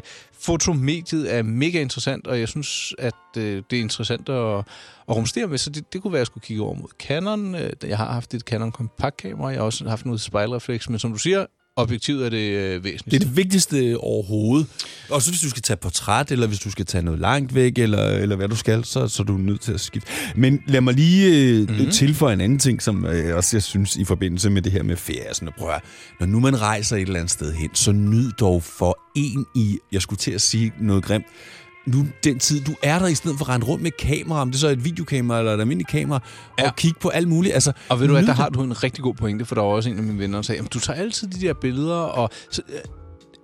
[SPEAKER 3] fotomediet er mega interessant, og jeg synes, at øh, det er interessant at, at rumstere med. Så det, det kunne være, at jeg skulle kigge over mod Canon. Øh, Jeg har haft et Canon kompaktkamera. Jeg har også haft noget spejlrefleks. Men som du siger, objektivet er det øh,
[SPEAKER 2] Det
[SPEAKER 3] væsentligste.
[SPEAKER 2] er det vigtigste overhovedet. Og så hvis du skal tage portræt, eller hvis du skal tage noget langt væk, eller, eller hvad du skal, så, så er du nødt til at skifte. Men lad mig lige øh,
[SPEAKER 3] Mhm.
[SPEAKER 2] mm-hmm. tilføje en anden ting, som øh, også jeg synes i forbindelse med det her med ferie. Sådan at prøve, at- når nu man rejser et eller andet sted hen, så nyd dog for en i, jeg skulle til at sige noget grimt, nu den tid, du er der, i stedet for at rende rundt med kamera, om det så er et videokamera eller et almindeligt kamera, ja.
[SPEAKER 3] Ja.
[SPEAKER 2] og kigge på alt muligt. Altså,
[SPEAKER 3] Og ved du hvad,
[SPEAKER 2] nyd
[SPEAKER 3] der
[SPEAKER 2] det.
[SPEAKER 3] har du en rigtig god pointe, for der var også en af mine venner, der sagde, "Jamen, du tager altid de der billeder, og så, øh,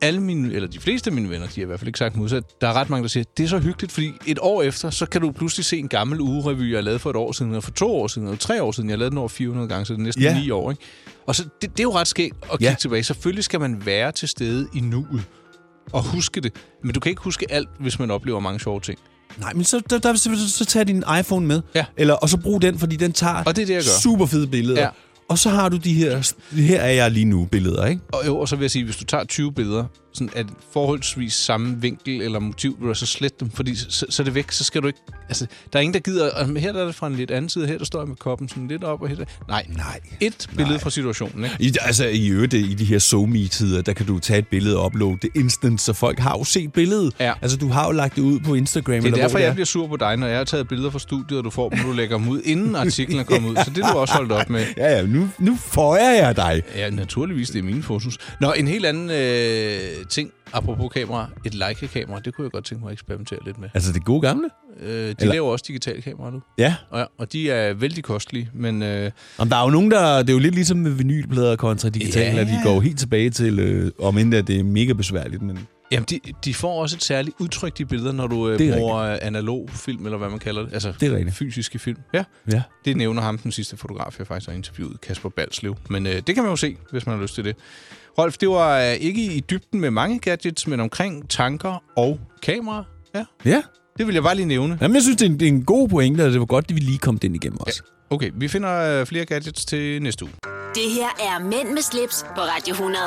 [SPEAKER 3] alle mine, eller de fleste af mine venner, de har i hvert fald ikke sagt modsat, der er ret mange, der siger, det er så hyggeligt, fordi et år efter, så kan du pludselig se en gammel ugerevy, jeg lavede for et år siden, eller for to år siden, eller tre år siden, jeg lavede den over 400 gange, så det er næsten
[SPEAKER 2] Ja.
[SPEAKER 3] ni år, ikke? Og så, det, det er jo ret skægt at kigge
[SPEAKER 2] Ja.
[SPEAKER 3] ja. tilbage. Selvfølgelig skal man være til stede i nuet, og huske det. Men du kan ikke huske alt, hvis man oplever mange sjove ting.
[SPEAKER 2] Nej, men så, der, der, så, så tag din iPhone med.
[SPEAKER 3] Ja.
[SPEAKER 2] Eller, og så brug den, fordi den tager
[SPEAKER 3] Og det er det, jeg gør.
[SPEAKER 2] super fede billeder.
[SPEAKER 3] Ja.
[SPEAKER 2] Og så har du de her, her er jeg lige nu billeder, ikke?
[SPEAKER 3] Og, jo, og så vil jeg sige, hvis du tager 20 billeder, sådan at forholdsvis samme vinkel eller motiv, vil du så slet dem, fordi så, så, er det væk, så skal du ikke... Altså, der er ingen, der gider... Og her der er det fra en lidt anden side, her der står jeg med koppen sådan lidt op, og her der, Nej,
[SPEAKER 2] Nej.
[SPEAKER 3] Et billede fra situationen, ikke?
[SPEAKER 2] I, altså i øvrigt i de her SoMe-tider, der kan du tage et billede og uploade det instant, så folk har jo set billedet.
[SPEAKER 3] Ja.
[SPEAKER 2] Altså du har jo lagt det ud på Instagram.
[SPEAKER 3] Det er
[SPEAKER 2] eller hvor
[SPEAKER 3] derfor,
[SPEAKER 2] det
[SPEAKER 3] jeg bliver sur på dig, når jeg har taget billeder fra studiet, og du får dem, og du lægger dem ud, inden artiklen er kommet ud. Så det er du også holdt op med.
[SPEAKER 2] *laughs* Ja, ja, nu, nu føjer jeg dig.
[SPEAKER 3] Ja, naturligvis, det er mine fotos. Nå, en helt anden øh, ting, apropos kamera. Et Leica-kamera, det kunne jeg godt tænke mig at eksperimentere lidt med.
[SPEAKER 2] Altså det gode gamle?
[SPEAKER 3] Øh, de
[SPEAKER 2] Eller-
[SPEAKER 3] Eller... laver også digitale kameraer nu.
[SPEAKER 2] Ja.
[SPEAKER 3] Og, ja, og de er vældig kostelige, men øh,
[SPEAKER 2] Om der er jo nogen, der... Det er jo lidt ligesom med vinylplader kontra digitale,
[SPEAKER 3] Ja.
[SPEAKER 2] ja. de går jo helt tilbage til, øh, om end at det er mega besværligt, men...
[SPEAKER 3] jamen, de, de får også et særligt udtryk, de billeder, når du øh,
[SPEAKER 2] Det er
[SPEAKER 3] bruger øh, analog film, eller hvad man kalder det. Altså
[SPEAKER 2] Det er rigtigt.
[SPEAKER 3] fysiske film. Ja,
[SPEAKER 2] Ja.
[SPEAKER 3] det nævner ham, den sidste fotograf, jeg faktisk har interviewet, Kasper Balslev. Men øh, det kan man jo se, hvis man har lyst til det. Rolf, det var øh, ikke i dybden med mange gadgets, men omkring tanker og kamera. Ja,
[SPEAKER 2] Ja.
[SPEAKER 3] det vil jeg bare lige nævne.
[SPEAKER 2] Jamen, jeg synes, det er en, det er en god pointe, og det var godt, at vi lige kom den igennem også.
[SPEAKER 3] Okay, vi finder øh, flere gadgets til næste uge.
[SPEAKER 1] Det her er Mænd med slips på Radio 100.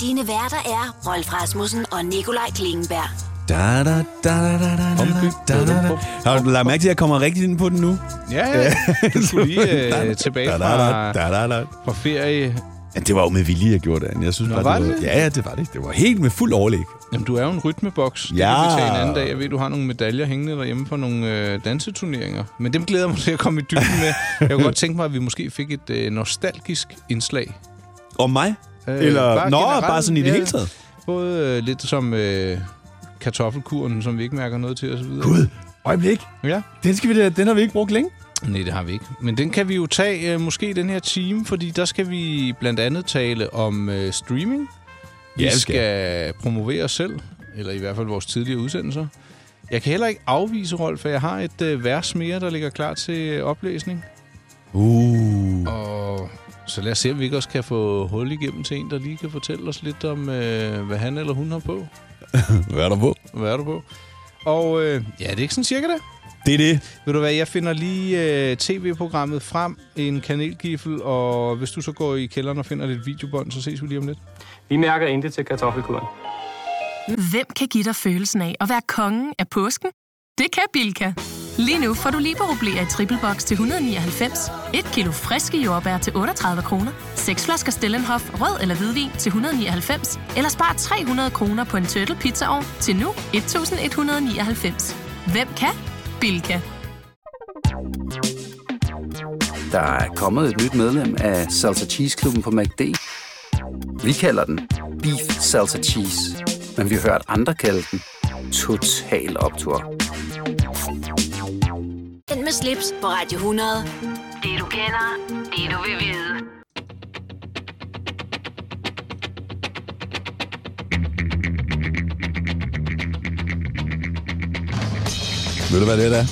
[SPEAKER 1] Dine værter er Rolf Rasmussen og Nikolaj Klingenberg.
[SPEAKER 2] Da, da, da, da, da, da, da, da, da. Har du lagt mærke til, at jeg kommer rigtig ind på den nu?
[SPEAKER 3] Ja, ja. Du
[SPEAKER 2] *laughs*
[SPEAKER 3] skulle lige øh, tilbage
[SPEAKER 2] Da, da, da,
[SPEAKER 3] fra,
[SPEAKER 2] da, da, da.
[SPEAKER 3] fra ferie.
[SPEAKER 2] Ja, det var jo med vilje, jeg gjorde det. Jeg synes
[SPEAKER 3] Nå,
[SPEAKER 2] bare,
[SPEAKER 3] var
[SPEAKER 2] det var,
[SPEAKER 3] det?
[SPEAKER 2] Ja, ja, det var det. Det var helt med fuld overlæg.
[SPEAKER 3] Jamen, du er jo en rytmeboks. Det
[SPEAKER 2] Ja.
[SPEAKER 3] kan vi tage en anden dag. Jeg ved, du har nogle medaljer hængende derhjemme for nogle øh, danseturneringer. Men dem glæder jeg mig til at komme i dybden med. Jeg kunne godt tænke mig, at vi måske fik et øh, nostalgisk indslag.
[SPEAKER 2] Om mig?
[SPEAKER 3] Øh,
[SPEAKER 2] Eller,
[SPEAKER 3] bare
[SPEAKER 2] nå,
[SPEAKER 3] generelt,
[SPEAKER 2] bare sådan i det
[SPEAKER 3] ja.
[SPEAKER 2] hele taget.
[SPEAKER 3] Både øh, lidt som øh, kartoffelkuren, som vi ikke mærker noget til osv.
[SPEAKER 2] Gud, øjeblik.
[SPEAKER 3] Ja.
[SPEAKER 2] Den, skal vi da, den har vi ikke brugt længe.
[SPEAKER 3] Nej, det har vi ikke. Men den kan vi jo tage øh, måske i den her time, fordi der skal vi blandt andet tale om øh, streaming.
[SPEAKER 2] Ja,
[SPEAKER 3] Vi ja,
[SPEAKER 2] vi
[SPEAKER 3] skal.
[SPEAKER 2] skal.
[SPEAKER 3] skal promovere os selv, eller i hvert fald vores tidligere udsendelser. Jeg kan heller ikke afvise, Rolf, for jeg har et øh, vers mere, der ligger klar til øh, oplæsning.
[SPEAKER 2] Uh.
[SPEAKER 3] Og så lad os se, om vi ikke også kan få hul igennem til en, der lige kan fortælle os lidt om, øh, hvad han eller hun har på.
[SPEAKER 2] Hvad er der på?
[SPEAKER 3] Hvad er du på? Og øh, ja, det er ikke sådan cirka det.
[SPEAKER 2] Det er det.
[SPEAKER 3] Ved du hvad, jeg finder lige øh, tv-programmet frem, en kanelgifle, og hvis du så går i kælderen og finder lidt videobånd, så ses vi lige om lidt.
[SPEAKER 6] Vi mærker intet til kartoffelkuren.
[SPEAKER 7] Hvem kan give dig følelsen af at være kongen af påsken? Det kan Bilka! Lige nu får du liberobleer i triple box til 199, et kilo friske jordbær til 38 kroner, seks flasker Stellenhof rød eller hvidvin til 199, eller spar 300 kroner på en turtle pizzaovn til nu 1199. Hvem kan? Bilka!
[SPEAKER 8] Der er kommet et nyt medlem af Salsa Cheese Klubben på MACD. Vi kalder den Beef Salsa Cheese, men vi har hørt andre kalde den Total Optor.
[SPEAKER 1] Mænd med slips på Radio 100. Det du kender, det du vil vide.
[SPEAKER 2] Ved du, hvad det er?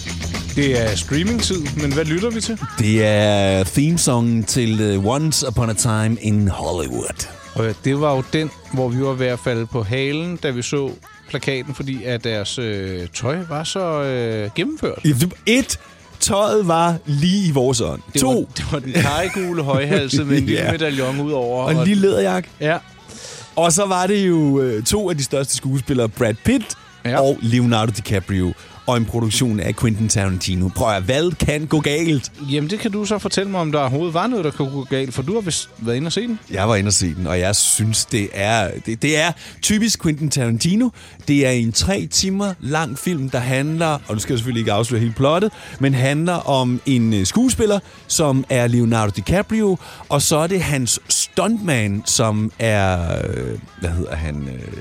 [SPEAKER 3] Det er streamingtid, men hvad lytter vi til?
[SPEAKER 2] Det er themesongen til uh, Once Upon a Time in Hollywood.
[SPEAKER 3] Og øh, det var jo den, hvor vi var ved at falde på halen, da vi så plakaten, fordi at deres øh, tøj var så øh, gennemført.
[SPEAKER 2] Et, tøjet var lige i vores ånd.
[SPEAKER 3] Det
[SPEAKER 2] To,
[SPEAKER 3] Var, *laughs* det var den karregule højhalse *laughs* med en lille
[SPEAKER 2] Ja.
[SPEAKER 3] medaljon ud over.
[SPEAKER 2] og en lille læderjakke.
[SPEAKER 3] Ja,
[SPEAKER 2] Og så var det jo øh, to af de største skuespillere, Brad Pitt
[SPEAKER 3] Ja.
[SPEAKER 2] ja. og Leonardo DiCaprio, og en produktion af Quentin Tarantino. Prøv at høre, hvad kan gå galt?
[SPEAKER 3] jamen det kan du så fortælle mig, om der overhovedet var noget, der kunne gå galt, for du har vist været inde og se den.
[SPEAKER 2] Jeg var inde og se den, og jeg synes, det er, det, det er typisk Quentin Tarantino. Det er en tre timer lang film, der handler, og nu skal jeg selvfølgelig ikke afsløre hele plottet, men handler om en øh, skuespiller, som er Leonardo DiCaprio, og så er det hans stuntman, som er, øh, hvad hedder han, øh,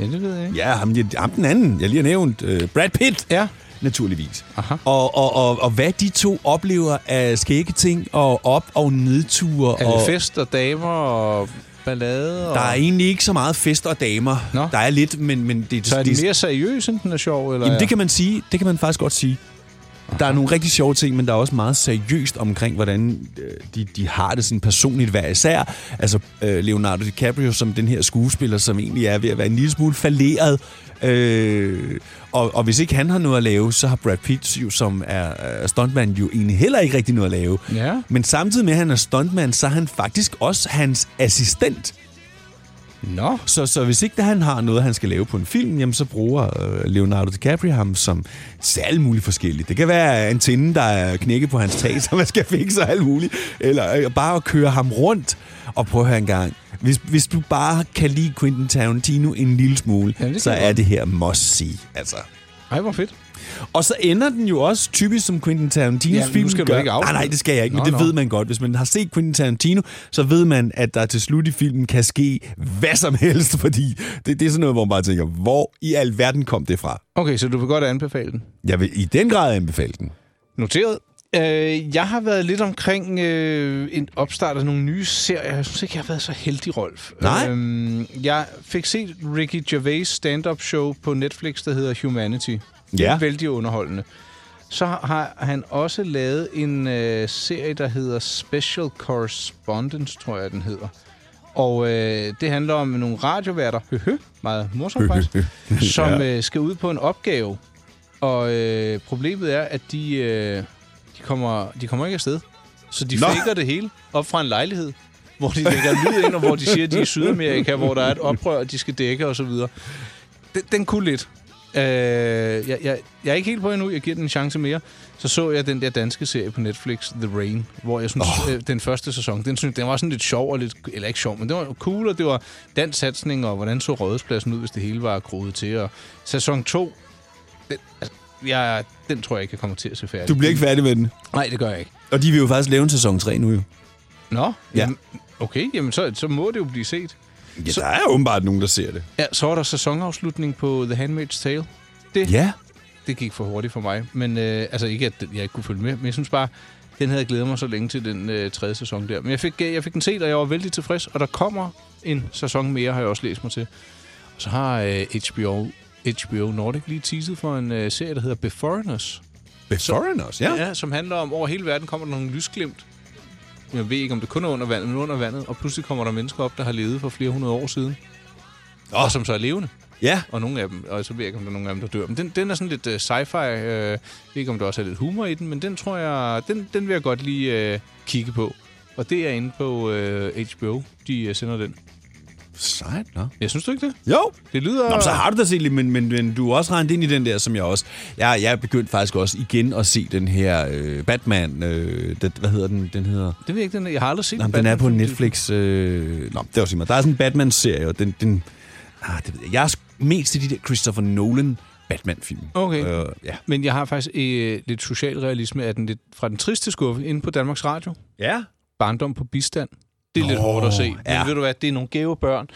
[SPEAKER 3] Ja, det ved jeg ikke.
[SPEAKER 2] Ja, ham, jeg- ham den anden, jeg lige har nævnt. Øh, Brad Pitt.
[SPEAKER 3] Ja.
[SPEAKER 2] Naturligvis.
[SPEAKER 3] Aha.
[SPEAKER 2] Og, og, og, og hvad de to oplever af skægge ting og op- og nedture.
[SPEAKER 3] Er det
[SPEAKER 2] og
[SPEAKER 3] fest og damer og ballade? Og...
[SPEAKER 2] Der er egentlig ikke så meget fester og damer.
[SPEAKER 3] Nå.
[SPEAKER 2] Der er lidt, men, men det,
[SPEAKER 3] så er den
[SPEAKER 2] det,
[SPEAKER 3] mere seriøs, end den er sjov? Eller
[SPEAKER 2] jamen, det
[SPEAKER 3] er-
[SPEAKER 2] kan man sige. Det kan man faktisk godt sige. Der er nogle rigtig sjove ting, men der er også meget seriøst omkring, hvordan øh, de, de har det sådan personligt hver især. Altså øh, Leonardo DiCaprio som den her skuespiller, som egentlig er ved at være en lille smule falderet. Øh, og, og hvis ikke han har noget at lave, så har Brad Pitt, jo, som er, er stuntman, jo egentlig heller ikke rigtig noget at lave.
[SPEAKER 3] Ja.
[SPEAKER 2] Men samtidig med, at han er stuntman, så er han faktisk også hans assistent.
[SPEAKER 3] Nå.
[SPEAKER 2] Så, så hvis ikke da han har noget, han skal lave på en film, jamen, så bruger øh, Leonardo DiCaprio ham som til alt muligt forskelligt. Det kan være en tinde, der er knækket på hans tag, *laughs* som man skal fikse og alt muligt. Eller øh, bare at køre ham rundt og prøve at høre en gang. Hvis, hvis du bare kan lide Quentin Tarantino en lille smule,
[SPEAKER 3] Jamen, det kan
[SPEAKER 2] så
[SPEAKER 3] jeg
[SPEAKER 2] er
[SPEAKER 3] godt.
[SPEAKER 2] det her must-see. Altså.
[SPEAKER 3] Ej, hvor fedt.
[SPEAKER 2] Og så ender den jo også typisk som Quentin Tarantinos
[SPEAKER 3] Ja, nu
[SPEAKER 2] film
[SPEAKER 3] skal du
[SPEAKER 2] gør.
[SPEAKER 3] ikke afsløre
[SPEAKER 2] nej, nej, det skal jeg ikke, men
[SPEAKER 3] Nå,
[SPEAKER 2] det
[SPEAKER 3] nå.
[SPEAKER 2] ved man godt. Hvis man har set Quentin Tarantino, så ved man, at der til slut i filmen kan ske hvad som helst, *laughs* fordi det, det er sådan noget, hvor man bare tænker, hvor i alverden kom det fra?
[SPEAKER 3] Okay, så du vil godt anbefale den.
[SPEAKER 2] Jeg vil i den grad anbefale den.
[SPEAKER 3] Noteret. Øh, jeg har været lidt omkring øh, en opstart af nogle nye serier. Jeg synes ikke, jeg har været så heldig, Rolf.
[SPEAKER 2] Nej.
[SPEAKER 3] Øhm, jeg fik set Ricky Gervais stand-up show på Netflix, der hedder Humanity.
[SPEAKER 2] Ja.
[SPEAKER 3] Vældig underholdende. Så har han også lavet en øh, serie, der hedder Special Correspondence, tror jeg, den hedder. Og øh, det handler om nogle radioværter, høhø, meget morsomt faktisk,
[SPEAKER 2] *laughs*
[SPEAKER 3] som øh, skal ud på en opgave. Og øh, problemet er, at de, øh, de, kommer, de kommer ikke afsted. Så de
[SPEAKER 2] Nå.
[SPEAKER 3] faker det hele op fra en lejlighed, hvor de lægger lyd ind, og hvor de siger, at de er i Sydamerika, hvor der er et oprør, de skal dække osv. Den, den kunne lidt. Øh, jeg, jeg, jeg er ikke helt på endnu, jeg giver den en chance mere. Så så jeg den der danske serie på Netflix, The Rain, hvor jeg synes, oh. øh, den første sæson, den, synes, den var sådan lidt sjov, og lidt, eller ikke sjov, men det var cool, og det var dansk satsning, og hvordan så Rådhuspladsen ud, hvis det hele var groet til. Og sæson 2, den, altså, jeg, den tror jeg ikke, jeg kommer til at se færdig.
[SPEAKER 2] Du bliver ikke færdig med den.
[SPEAKER 3] Nej, det gør jeg ikke.
[SPEAKER 2] Og de vil jo faktisk lave en sæson 3 nu jo.
[SPEAKER 3] Nå,
[SPEAKER 2] Ja.
[SPEAKER 3] jamen, okay, jamen så, så må det jo blive set.
[SPEAKER 2] Ja, der er åbenbart nogen, der ser det.
[SPEAKER 3] Ja, så er der sæsonafslutning på The Handmaid's Tale. Det,
[SPEAKER 2] Ja.
[SPEAKER 3] det gik for hurtigt for mig, men øh, altså ikke, at den- jeg ikke kunne følge med, men jeg synes bare, den havde jeg glædet mig så længe til den øh, tredje sæson der. Men jeg fik, øh, jeg fik den set, og jeg var vældig tilfreds, og der kommer en sæson mere, har jeg også læst mig til. Og så har øh, HBO, HBO Nordic lige teaset for en øh, serie, der hedder Beforeigners,
[SPEAKER 2] The Foreigners, ja.
[SPEAKER 3] ja, som handler om, over hele verden kommer der nogle lysglimt. Jeg ved ikke, om det kun er under vandet, men under vandet. Og pludselig kommer der mennesker op, der har levet for flere hundrede år siden. Og som så er levende.
[SPEAKER 2] Ja.
[SPEAKER 3] Og nogle af dem, og så ved jeg ikke, om der er nogle af dem, der dør. Men den, den er sådan lidt uh, sci-fi. Øh, jeg ved ikke, om der også er lidt humor i den, men den tror jeg, den, den vil jeg godt lige øh, kigge på. Og det er inde på øh, HBO, de øh, sender den.
[SPEAKER 2] Sejt, nå.
[SPEAKER 3] Jeg synes du ikke det?
[SPEAKER 2] Jo.
[SPEAKER 3] Det lyder...
[SPEAKER 2] Nå, men så har du da set lidt, men, men, men du er også regnet ind i den der, som jeg også... Jeg, jeg er begyndt faktisk også igen at se den her øh, Batman... Øh, det, hvad hedder den? Den hedder...
[SPEAKER 3] Det ved jeg ikke, den er. Jeg har aldrig set
[SPEAKER 2] Nå, men den
[SPEAKER 3] Batman.
[SPEAKER 2] er på Netflix. Øh... Nå, det var simpelthen. Der er sådan en Batman-serie, og den... den ah, det ved jeg. jeg er sk- mest til de der Christopher Nolan Batman-film.
[SPEAKER 3] Okay.
[SPEAKER 2] Øh, ja.
[SPEAKER 3] Men jeg har faktisk øh, lidt socialrealisme af den lidt, fra den triste skuffe inde på Danmarks Radio.
[SPEAKER 2] Ja.
[SPEAKER 3] barndom på bistand. Det er lidt hårdt at se. Men
[SPEAKER 2] ja.
[SPEAKER 3] ved du hvad, det er nogle gave børn,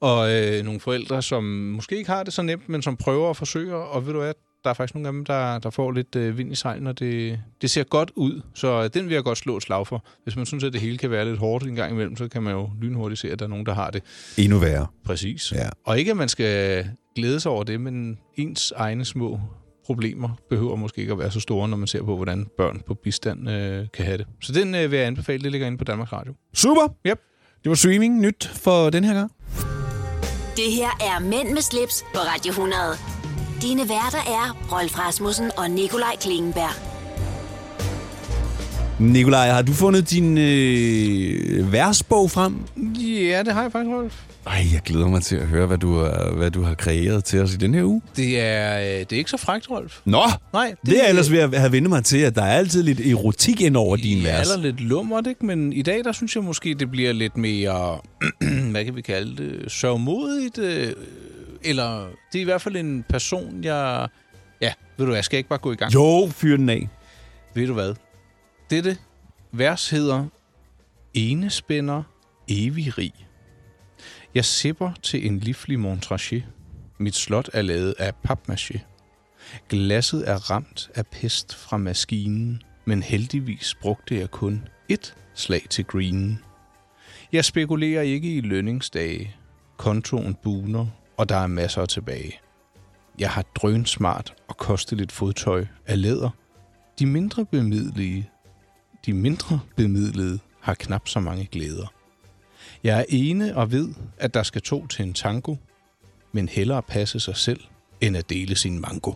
[SPEAKER 3] og øh, nogle forældre, som måske ikke har det så nemt, men som prøver og forsøger, og ved du hvad, der er faktisk nogle af dem, der, der får lidt øh, vind i sejlen, og det, det ser godt ud, så øh, den vil jeg godt slå et slag for. Hvis man synes, at det hele kan være lidt hårdt en gang imellem, så kan man jo lynhurtigt se, at der er nogen, der har det.
[SPEAKER 2] Endnu værre.
[SPEAKER 3] Præcis.
[SPEAKER 2] Ja.
[SPEAKER 3] Og ikke, at man skal glæde sig over det, men ens egne små problemer behøver måske ikke at være så store, når man ser på, hvordan børn på bistand øh, kan have det. Så den øh, vil jeg anbefale. Det ligger inde på Danmarks Radio.
[SPEAKER 2] Super!
[SPEAKER 3] Yep.
[SPEAKER 2] Det var streaming nyt for den her gang.
[SPEAKER 1] Det her er Mænd med slips på Radio 100. Dine værter er Rolf Rasmussen og Nikolaj Klingenberg.
[SPEAKER 2] Nikolaj, har du fundet din øh, versbog frem?
[SPEAKER 3] Ja, det har jeg faktisk, Rolf.
[SPEAKER 2] Ej, jeg glæder mig til at høre, hvad du, har- hvad du har kreeret til os i den her uge.
[SPEAKER 3] Det er, øh, det er ikke så frækt, Rolf.
[SPEAKER 2] Nå!
[SPEAKER 3] Nej,
[SPEAKER 2] Det, det er ellers ved at have vendt mig til, at der er altid lidt erotik ind over din
[SPEAKER 3] Jeg er
[SPEAKER 2] vers.
[SPEAKER 3] aller lidt lummert, ikke? men i dag, der synes jeg måske, det bliver lidt mere, *clears throat* hvad kan vi kalde det, sørgmodigt, øh, eller det er i hvert fald en person, jeg... Ja, ved du hvad, jeg skal ikke bare gå i gang.
[SPEAKER 2] Jo, fyr den af.
[SPEAKER 3] Ved du hvad? Dette vers hedder Enespænder evig rig. Jeg sipper til en livlig montrachet. Mit slot er lavet af papmaché. Glasset er ramt af pest fra maskinen, men heldigvis brugte jeg kun ét slag til greenen. Jeg spekulerer ikke i lønningsdage. Kontoen buner, og der er masser tilbage. Jeg har drønsmart og kosteligt fodtøj af læder, De mindre bemidlede, de mindre bemidlede har knap så mange glæder. Jeg er ene og ved, at der skal to til en tango, men hellere passe sig selv, end at dele sin mango.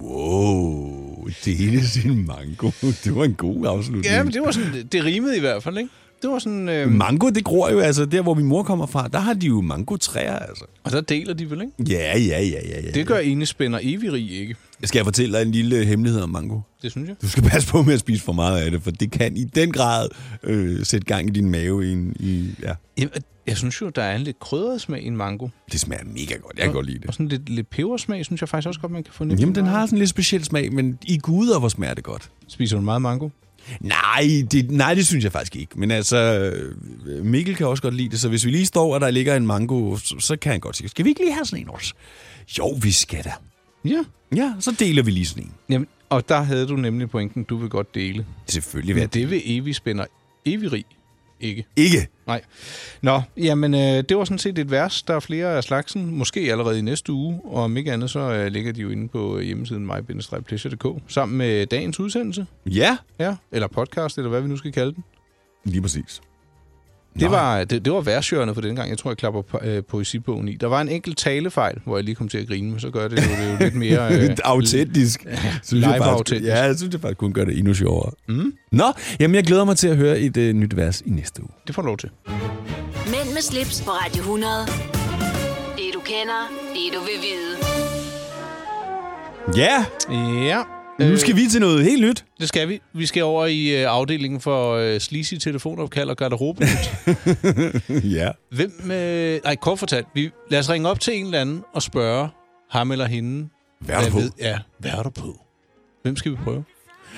[SPEAKER 2] Wow, dele sin mango. *laughs* Det var en god afslutning.
[SPEAKER 3] Ja, men det var sådan, det rimede i hvert fald, ikke? Det var sådan, øh,
[SPEAKER 2] Mango, det gror jo, altså der, hvor min mor kommer fra, der har de jo mangotræer, altså.
[SPEAKER 3] og der deler de vel, ikke?
[SPEAKER 2] Ja, ja, ja, ja, ja.
[SPEAKER 3] Det gør enespænder evig ikke.
[SPEAKER 2] Skal jeg fortælle dig en lille hemmelighed om mango?
[SPEAKER 3] Det synes jeg.
[SPEAKER 2] Du skal passe på med at spise for meget af det, for det kan i den grad øh, sætte gang i din mave. I en, i, ja.
[SPEAKER 3] Jeg, jeg synes jo, der er en lidt krydret smag i en mango.
[SPEAKER 2] Det smager mega godt. Jeg kan godt lide
[SPEAKER 3] Og
[SPEAKER 2] det.
[SPEAKER 3] sådan lidt, lidt pebersmag, synes jeg faktisk også godt, man kan få ned.
[SPEAKER 2] Jamen, den har sådan en lidt speciel smag, men i guder, hvor smager det godt.
[SPEAKER 3] Spiser du meget mango?
[SPEAKER 2] Nej det, nej, det synes jeg faktisk ikke. Men altså, øh, Mikkel kan også godt lide det, så hvis vi lige står, og der ligger en mango, så, så kan han godt sige, skal vi ikke lige have sådan en også? Jo, vi skal da.
[SPEAKER 3] Ja.
[SPEAKER 2] Ja, så deler vi lige sådan en.
[SPEAKER 3] Jamen, og der havde du nemlig pointen, du vil godt dele.
[SPEAKER 2] Selvfølgelig
[SPEAKER 3] Men
[SPEAKER 2] vil
[SPEAKER 3] det vil evig spænder evig rig ikke.
[SPEAKER 2] Ikke.
[SPEAKER 3] Nej. Nå, jamen øh, det var sådan set et vers. Der er flere af slagsen, måske allerede i næste uge, og om ikke andet, så øh, ligger de jo inde på hjemmesiden mig-pleasure.dk, sammen med dagens udsendelse,
[SPEAKER 2] Ja,
[SPEAKER 3] ja, eller podcast, eller hvad vi nu skal kalde den.
[SPEAKER 2] lige præcis.
[SPEAKER 3] Det var, øh, det, det var værtsjørende for den gang, jeg tror, jeg klapper po- øh, poesibogen i. Der var en enkelt talefejl, hvor jeg lige kom til at grine, men så gør det jo, det er jo lidt
[SPEAKER 2] *laughs*
[SPEAKER 3] mere...
[SPEAKER 2] Øh, autentisk. Synes jeg
[SPEAKER 3] live
[SPEAKER 2] faktisk-
[SPEAKER 3] autentisk.
[SPEAKER 2] Ja, jeg synes, det faktisk kun gør det endnu sjovere. Mm. Nå, jamen jeg glæder mig til at høre et øh, nyt vers i næste uge.
[SPEAKER 3] Det får du lov til.
[SPEAKER 1] Mænd med slips på Radio 100. Det du kender, det du vil vide.
[SPEAKER 2] Ja,
[SPEAKER 3] Ja.
[SPEAKER 2] nu
[SPEAKER 3] Øh.
[SPEAKER 2] skal vi til noget helt
[SPEAKER 3] *laughs*
[SPEAKER 2] nyt.
[SPEAKER 3] Det skal vi. Vi skal over i øh, afdelingen for øh, sleazy telefonopkald og garderobe.
[SPEAKER 2] ja.
[SPEAKER 3] Hvem... Øh, nej, kort fortalt. Vi, lad os ringe op til en eller anden og spørge ham eller hende.
[SPEAKER 2] Hvad er du
[SPEAKER 3] hvad
[SPEAKER 2] på?
[SPEAKER 3] ved- Ja, hvad er du på? Hvem skal vi prøve?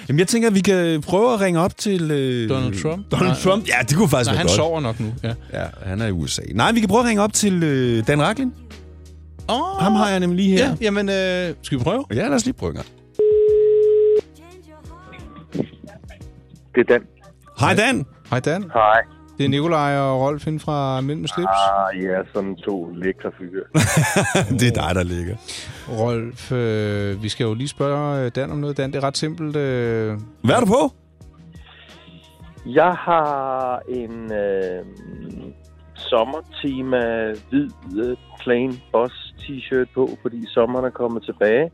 [SPEAKER 2] Jamen jeg tænker, at vi kan prøve at ringe op til... Øh,
[SPEAKER 3] Donald Trump?
[SPEAKER 2] Donald
[SPEAKER 3] Nej.
[SPEAKER 2] Trump? Ja, det kunne faktisk
[SPEAKER 3] Nej,
[SPEAKER 2] være
[SPEAKER 3] han
[SPEAKER 2] godt.
[SPEAKER 3] sover nok nu. Ja.
[SPEAKER 2] Ja, han er i USA. Nej, vi kan prøve at ringe op til øh, Dan Raklin.
[SPEAKER 3] Oh,
[SPEAKER 2] Ham har jeg nemlig lige her.
[SPEAKER 3] Ja, jamen, øh, skal vi prøve?
[SPEAKER 2] ja lad os lige prøve en gang.
[SPEAKER 9] Det er den.
[SPEAKER 2] Hej Dan. *laughs*
[SPEAKER 3] Hej Dan.
[SPEAKER 9] Hej.
[SPEAKER 3] Det er Nikolaj og Rolf inden fra Mænd med slips.
[SPEAKER 9] Ah, ja, sådan to lækre fyre.
[SPEAKER 2] det er dig, der ligger.
[SPEAKER 3] Rolf, øh, vi skal jo lige spørge øh, Dan om noget. Dan, det er ret simpelt. Øh,
[SPEAKER 2] Hvad er du på?
[SPEAKER 9] Jeg har en øh, sommertema hvid øh, plain boss t-shirt på, fordi sommeren er kommet tilbage.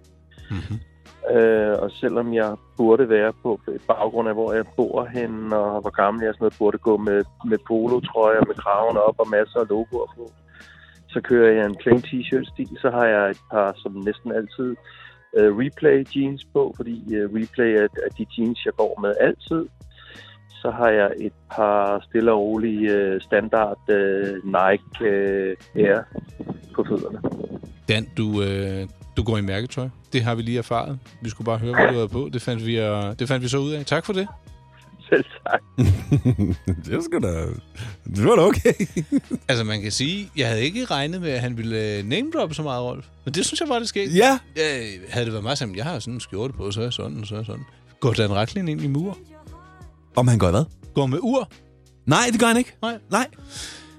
[SPEAKER 9] Mm-hmm. Øh, og selvom jeg burde være på baggrund af, hvor jeg bor henne, og hvor gammel jeg er, sådan noget, burde gå med, med polotrøjer, med kraven op og masser af logoer på, så kører jeg en plain t-shirt-stil. Så har jeg et par, som næsten altid, øh, replay jeans på, fordi øh, replay er, er de jeans, jeg går med altid. Så har jeg et par stille og rolige øh, standard øh, Nike øh, Air på fødderne. *laughs*
[SPEAKER 3] Dan, du, øh, du går i mærketøj. Det har vi lige erfaret. Vi skulle bare høre, hvad du havde på. Det fandt, vi, øh, det fandt vi så ud af. Tak for det.
[SPEAKER 9] Selv tak.
[SPEAKER 2] *laughs* det er sgu da... Det var da okay.
[SPEAKER 3] Altså, man kan sige, jeg havde ikke regnet med, at han ville øh, name droppe så meget, Rolf. Men det synes jeg var det skete.
[SPEAKER 2] *laughs* ja.
[SPEAKER 3] Øh, havde det været mig sammen, jeg har sådan en skjorte på, så er jeg sådan, så er jeg sådan. Går Dan Racklin ind i mur?
[SPEAKER 2] Om han går i hvad?
[SPEAKER 3] Går med ur?
[SPEAKER 2] Nej, det gør han ikke.
[SPEAKER 3] Nej.
[SPEAKER 2] Nej.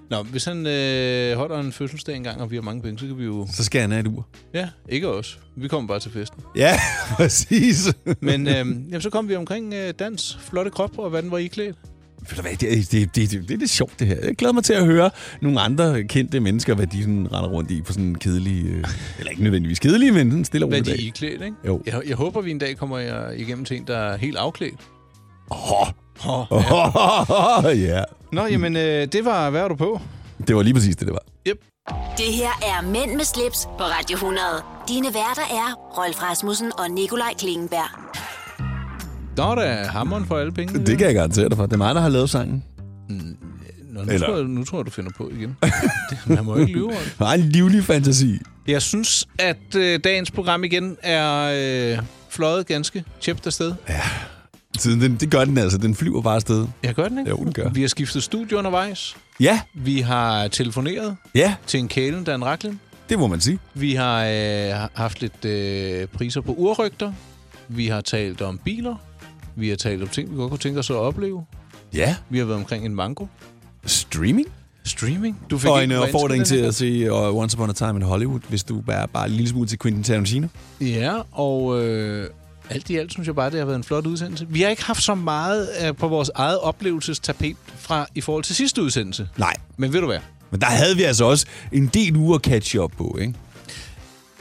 [SPEAKER 3] Nå, hvis han øh, holder en fødselsdag engang, og vi har mange penge, så kan vi jo...
[SPEAKER 2] Så skal han have et ur.
[SPEAKER 3] Ja, ikke os. Vi kommer bare til festen.
[SPEAKER 2] Ja, *laughs* præcis.
[SPEAKER 3] *laughs* Men øh, jamen, så kom vi omkring øh, dans, flotte krop, og hvordan var I klædt?
[SPEAKER 2] Ved du hvad, det, er- det, det, det, det er lidt sjovt, det her. Jeg glæder mig til at høre nogle andre kendte mennesker, hvad de sådan render rundt i på sådan en kedelig... Øh, eller ikke nødvendigvis kedelig, men sådan en stille og
[SPEAKER 3] Hvad
[SPEAKER 2] rolig
[SPEAKER 3] de
[SPEAKER 2] dag.
[SPEAKER 3] er iklædt, ikke?
[SPEAKER 2] Jo.
[SPEAKER 3] Jeg, jeg håber, vi en dag kommer jeg igennem til en, der er helt afklædt.
[SPEAKER 2] Åh,
[SPEAKER 3] Oh.
[SPEAKER 2] oh, *laughs* ja.
[SPEAKER 3] Nå, jamen, øh, det var, hvad er du på?
[SPEAKER 2] Det var lige præcis det, det var.
[SPEAKER 3] Yep.
[SPEAKER 1] Det her er Mænd med slips på Radio 100. Dine værter er Rolf Rasmussen og Nikolaj Klingenberg.
[SPEAKER 3] Nå, der er hammeren for alle penge.
[SPEAKER 2] Det kan jeg garantere dig for. Det er mig, der har lavet sangen.
[SPEAKER 3] Nå, nu,
[SPEAKER 2] Eller-
[SPEAKER 3] tror jeg, nu tror jeg, du finder på igen. *laughs* det, man må ikke lyve Rolf.
[SPEAKER 2] Jeg har en livlig fantasi.
[SPEAKER 3] Jeg synes, at øh, dagens program igen er øh, fløjet ganske tjept afsted.
[SPEAKER 2] Siden den, det gør den altså. Den flyver bare afsted.
[SPEAKER 3] Jeg gør den, ikke?
[SPEAKER 2] Jo, den gør.
[SPEAKER 3] Vi har skiftet studie undervejs.
[SPEAKER 2] Ja,
[SPEAKER 3] Vi har telefoneret
[SPEAKER 2] ja,
[SPEAKER 3] til en kælen, Dan Racklin.
[SPEAKER 2] det må man sige.
[SPEAKER 3] Vi har øh, haft lidt øh, priser på urrygter. Vi har talt om biler. Vi har talt om ting, vi godt kunne tænke os at opleve.
[SPEAKER 2] Ja,
[SPEAKER 3] Vi har været omkring en mango.
[SPEAKER 2] streaming.
[SPEAKER 3] Streaming. Du
[SPEAKER 2] Og en øh,
[SPEAKER 3] ikke- hvordan
[SPEAKER 2] opfordring
[SPEAKER 3] skal
[SPEAKER 2] til
[SPEAKER 3] den-
[SPEAKER 2] at se uh, Once Upon a Time in Hollywood, hvis du bare bare en lille smule til Quentin Tarantino.
[SPEAKER 3] Ja, og, øh, Alt i alt synes jeg bare, det har været en flot udsendelse. Vi har ikke haft så meget øh, på vores eget oplevelsestapet fra, i forhold til sidste udsendelse.
[SPEAKER 2] Nej.
[SPEAKER 3] Men ved du hvad?
[SPEAKER 2] Men der havde vi altså også en del uger at catch up på, ikke?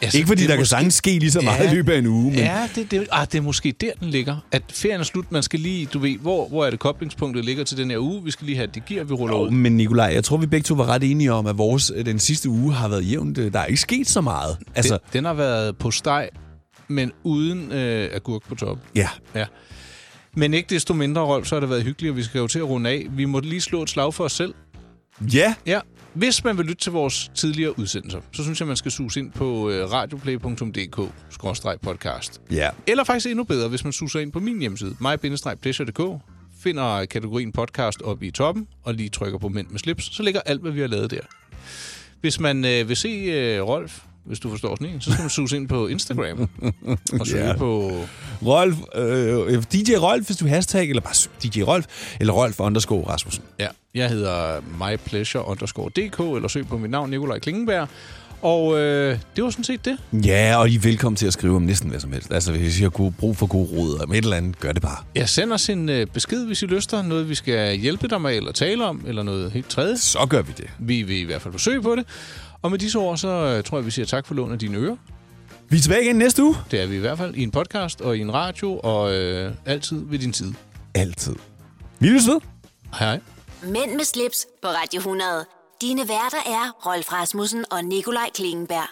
[SPEAKER 2] Altså, ikke fordi der måske... kan sagtens ske lige så meget ja, i løbet af en uge, men...
[SPEAKER 3] Ja, det, det, ah, det er måske der, den ligger. At ferien er slut, man skal lige, du ved, hvor, hvor er det koblingspunktet ligger til den her uge? Vi skal lige have det gear, vi ruller jo, ud.
[SPEAKER 2] Men Nikolaj, jeg tror, vi begge to var ret enige om, at vores, øh, den sidste uge har været jævnt. øh, Der er ikke sket så meget.
[SPEAKER 3] Altså... Den, den har været på steg, men uden øh, agurk på top.
[SPEAKER 2] Ja.
[SPEAKER 3] ja. Men ikke desto mindre, Rolf, så har det været hyggeligt, og vi skal jo til at runde af. Vi må lige slå et slag for os selv.
[SPEAKER 2] Ja.
[SPEAKER 3] Ja. Hvis man vil lytte til vores tidligere udsendelser, så synes jeg, man skal suge ind på øh, radioplay.dk-podcast.
[SPEAKER 2] Ja.
[SPEAKER 3] Eller faktisk endnu bedre, hvis man suger ind på min hjemmeside, mig-pleasure.dk, finder kategorien podcast op i toppen, og lige trykker på Mænd med slips, så ligger alt, hvad vi har lavet der. Hvis man øh, vil se øh, Rolf, hvis du forstår sådan en, så skal man suge ind på Instagram og søge yeah. på...
[SPEAKER 2] Rolf, øh, DJ Rolf, hvis du hashtag, eller bare søg DJ Rolf, eller Rolf underscore Rasmussen.
[SPEAKER 3] Ja, jeg hedder mypleasure underscore DK, eller søg på mit navn Nikolaj Klingenberg. Og øh, det var sådan set det.
[SPEAKER 2] Ja, og I er velkommen til at skrive om næsten hvad som helst. Altså, hvis I har gode, brug for gode råd om et eller andet, gør det bare.
[SPEAKER 3] Ja, send os en øh, besked, hvis I lyster. Noget, vi skal hjælpe dig med, eller tale om, eller noget helt tredje.
[SPEAKER 2] Så gør vi det.
[SPEAKER 3] Vi vil i hvert fald forsøge på det. Og med disse ord, så øh, tror jeg, vi siger tak for lånet af dine ører.
[SPEAKER 2] Vi er tilbage igen næste uge.
[SPEAKER 3] Det er vi i hvert fald i en podcast og i en radio, og øh, altid ved din tid.
[SPEAKER 2] Altid. Vi lyttes ved.
[SPEAKER 3] Hej.
[SPEAKER 1] Mænd med slips på Radio 100. Dine værter er Rolf Rasmussen og Nikolaj Klingenberg.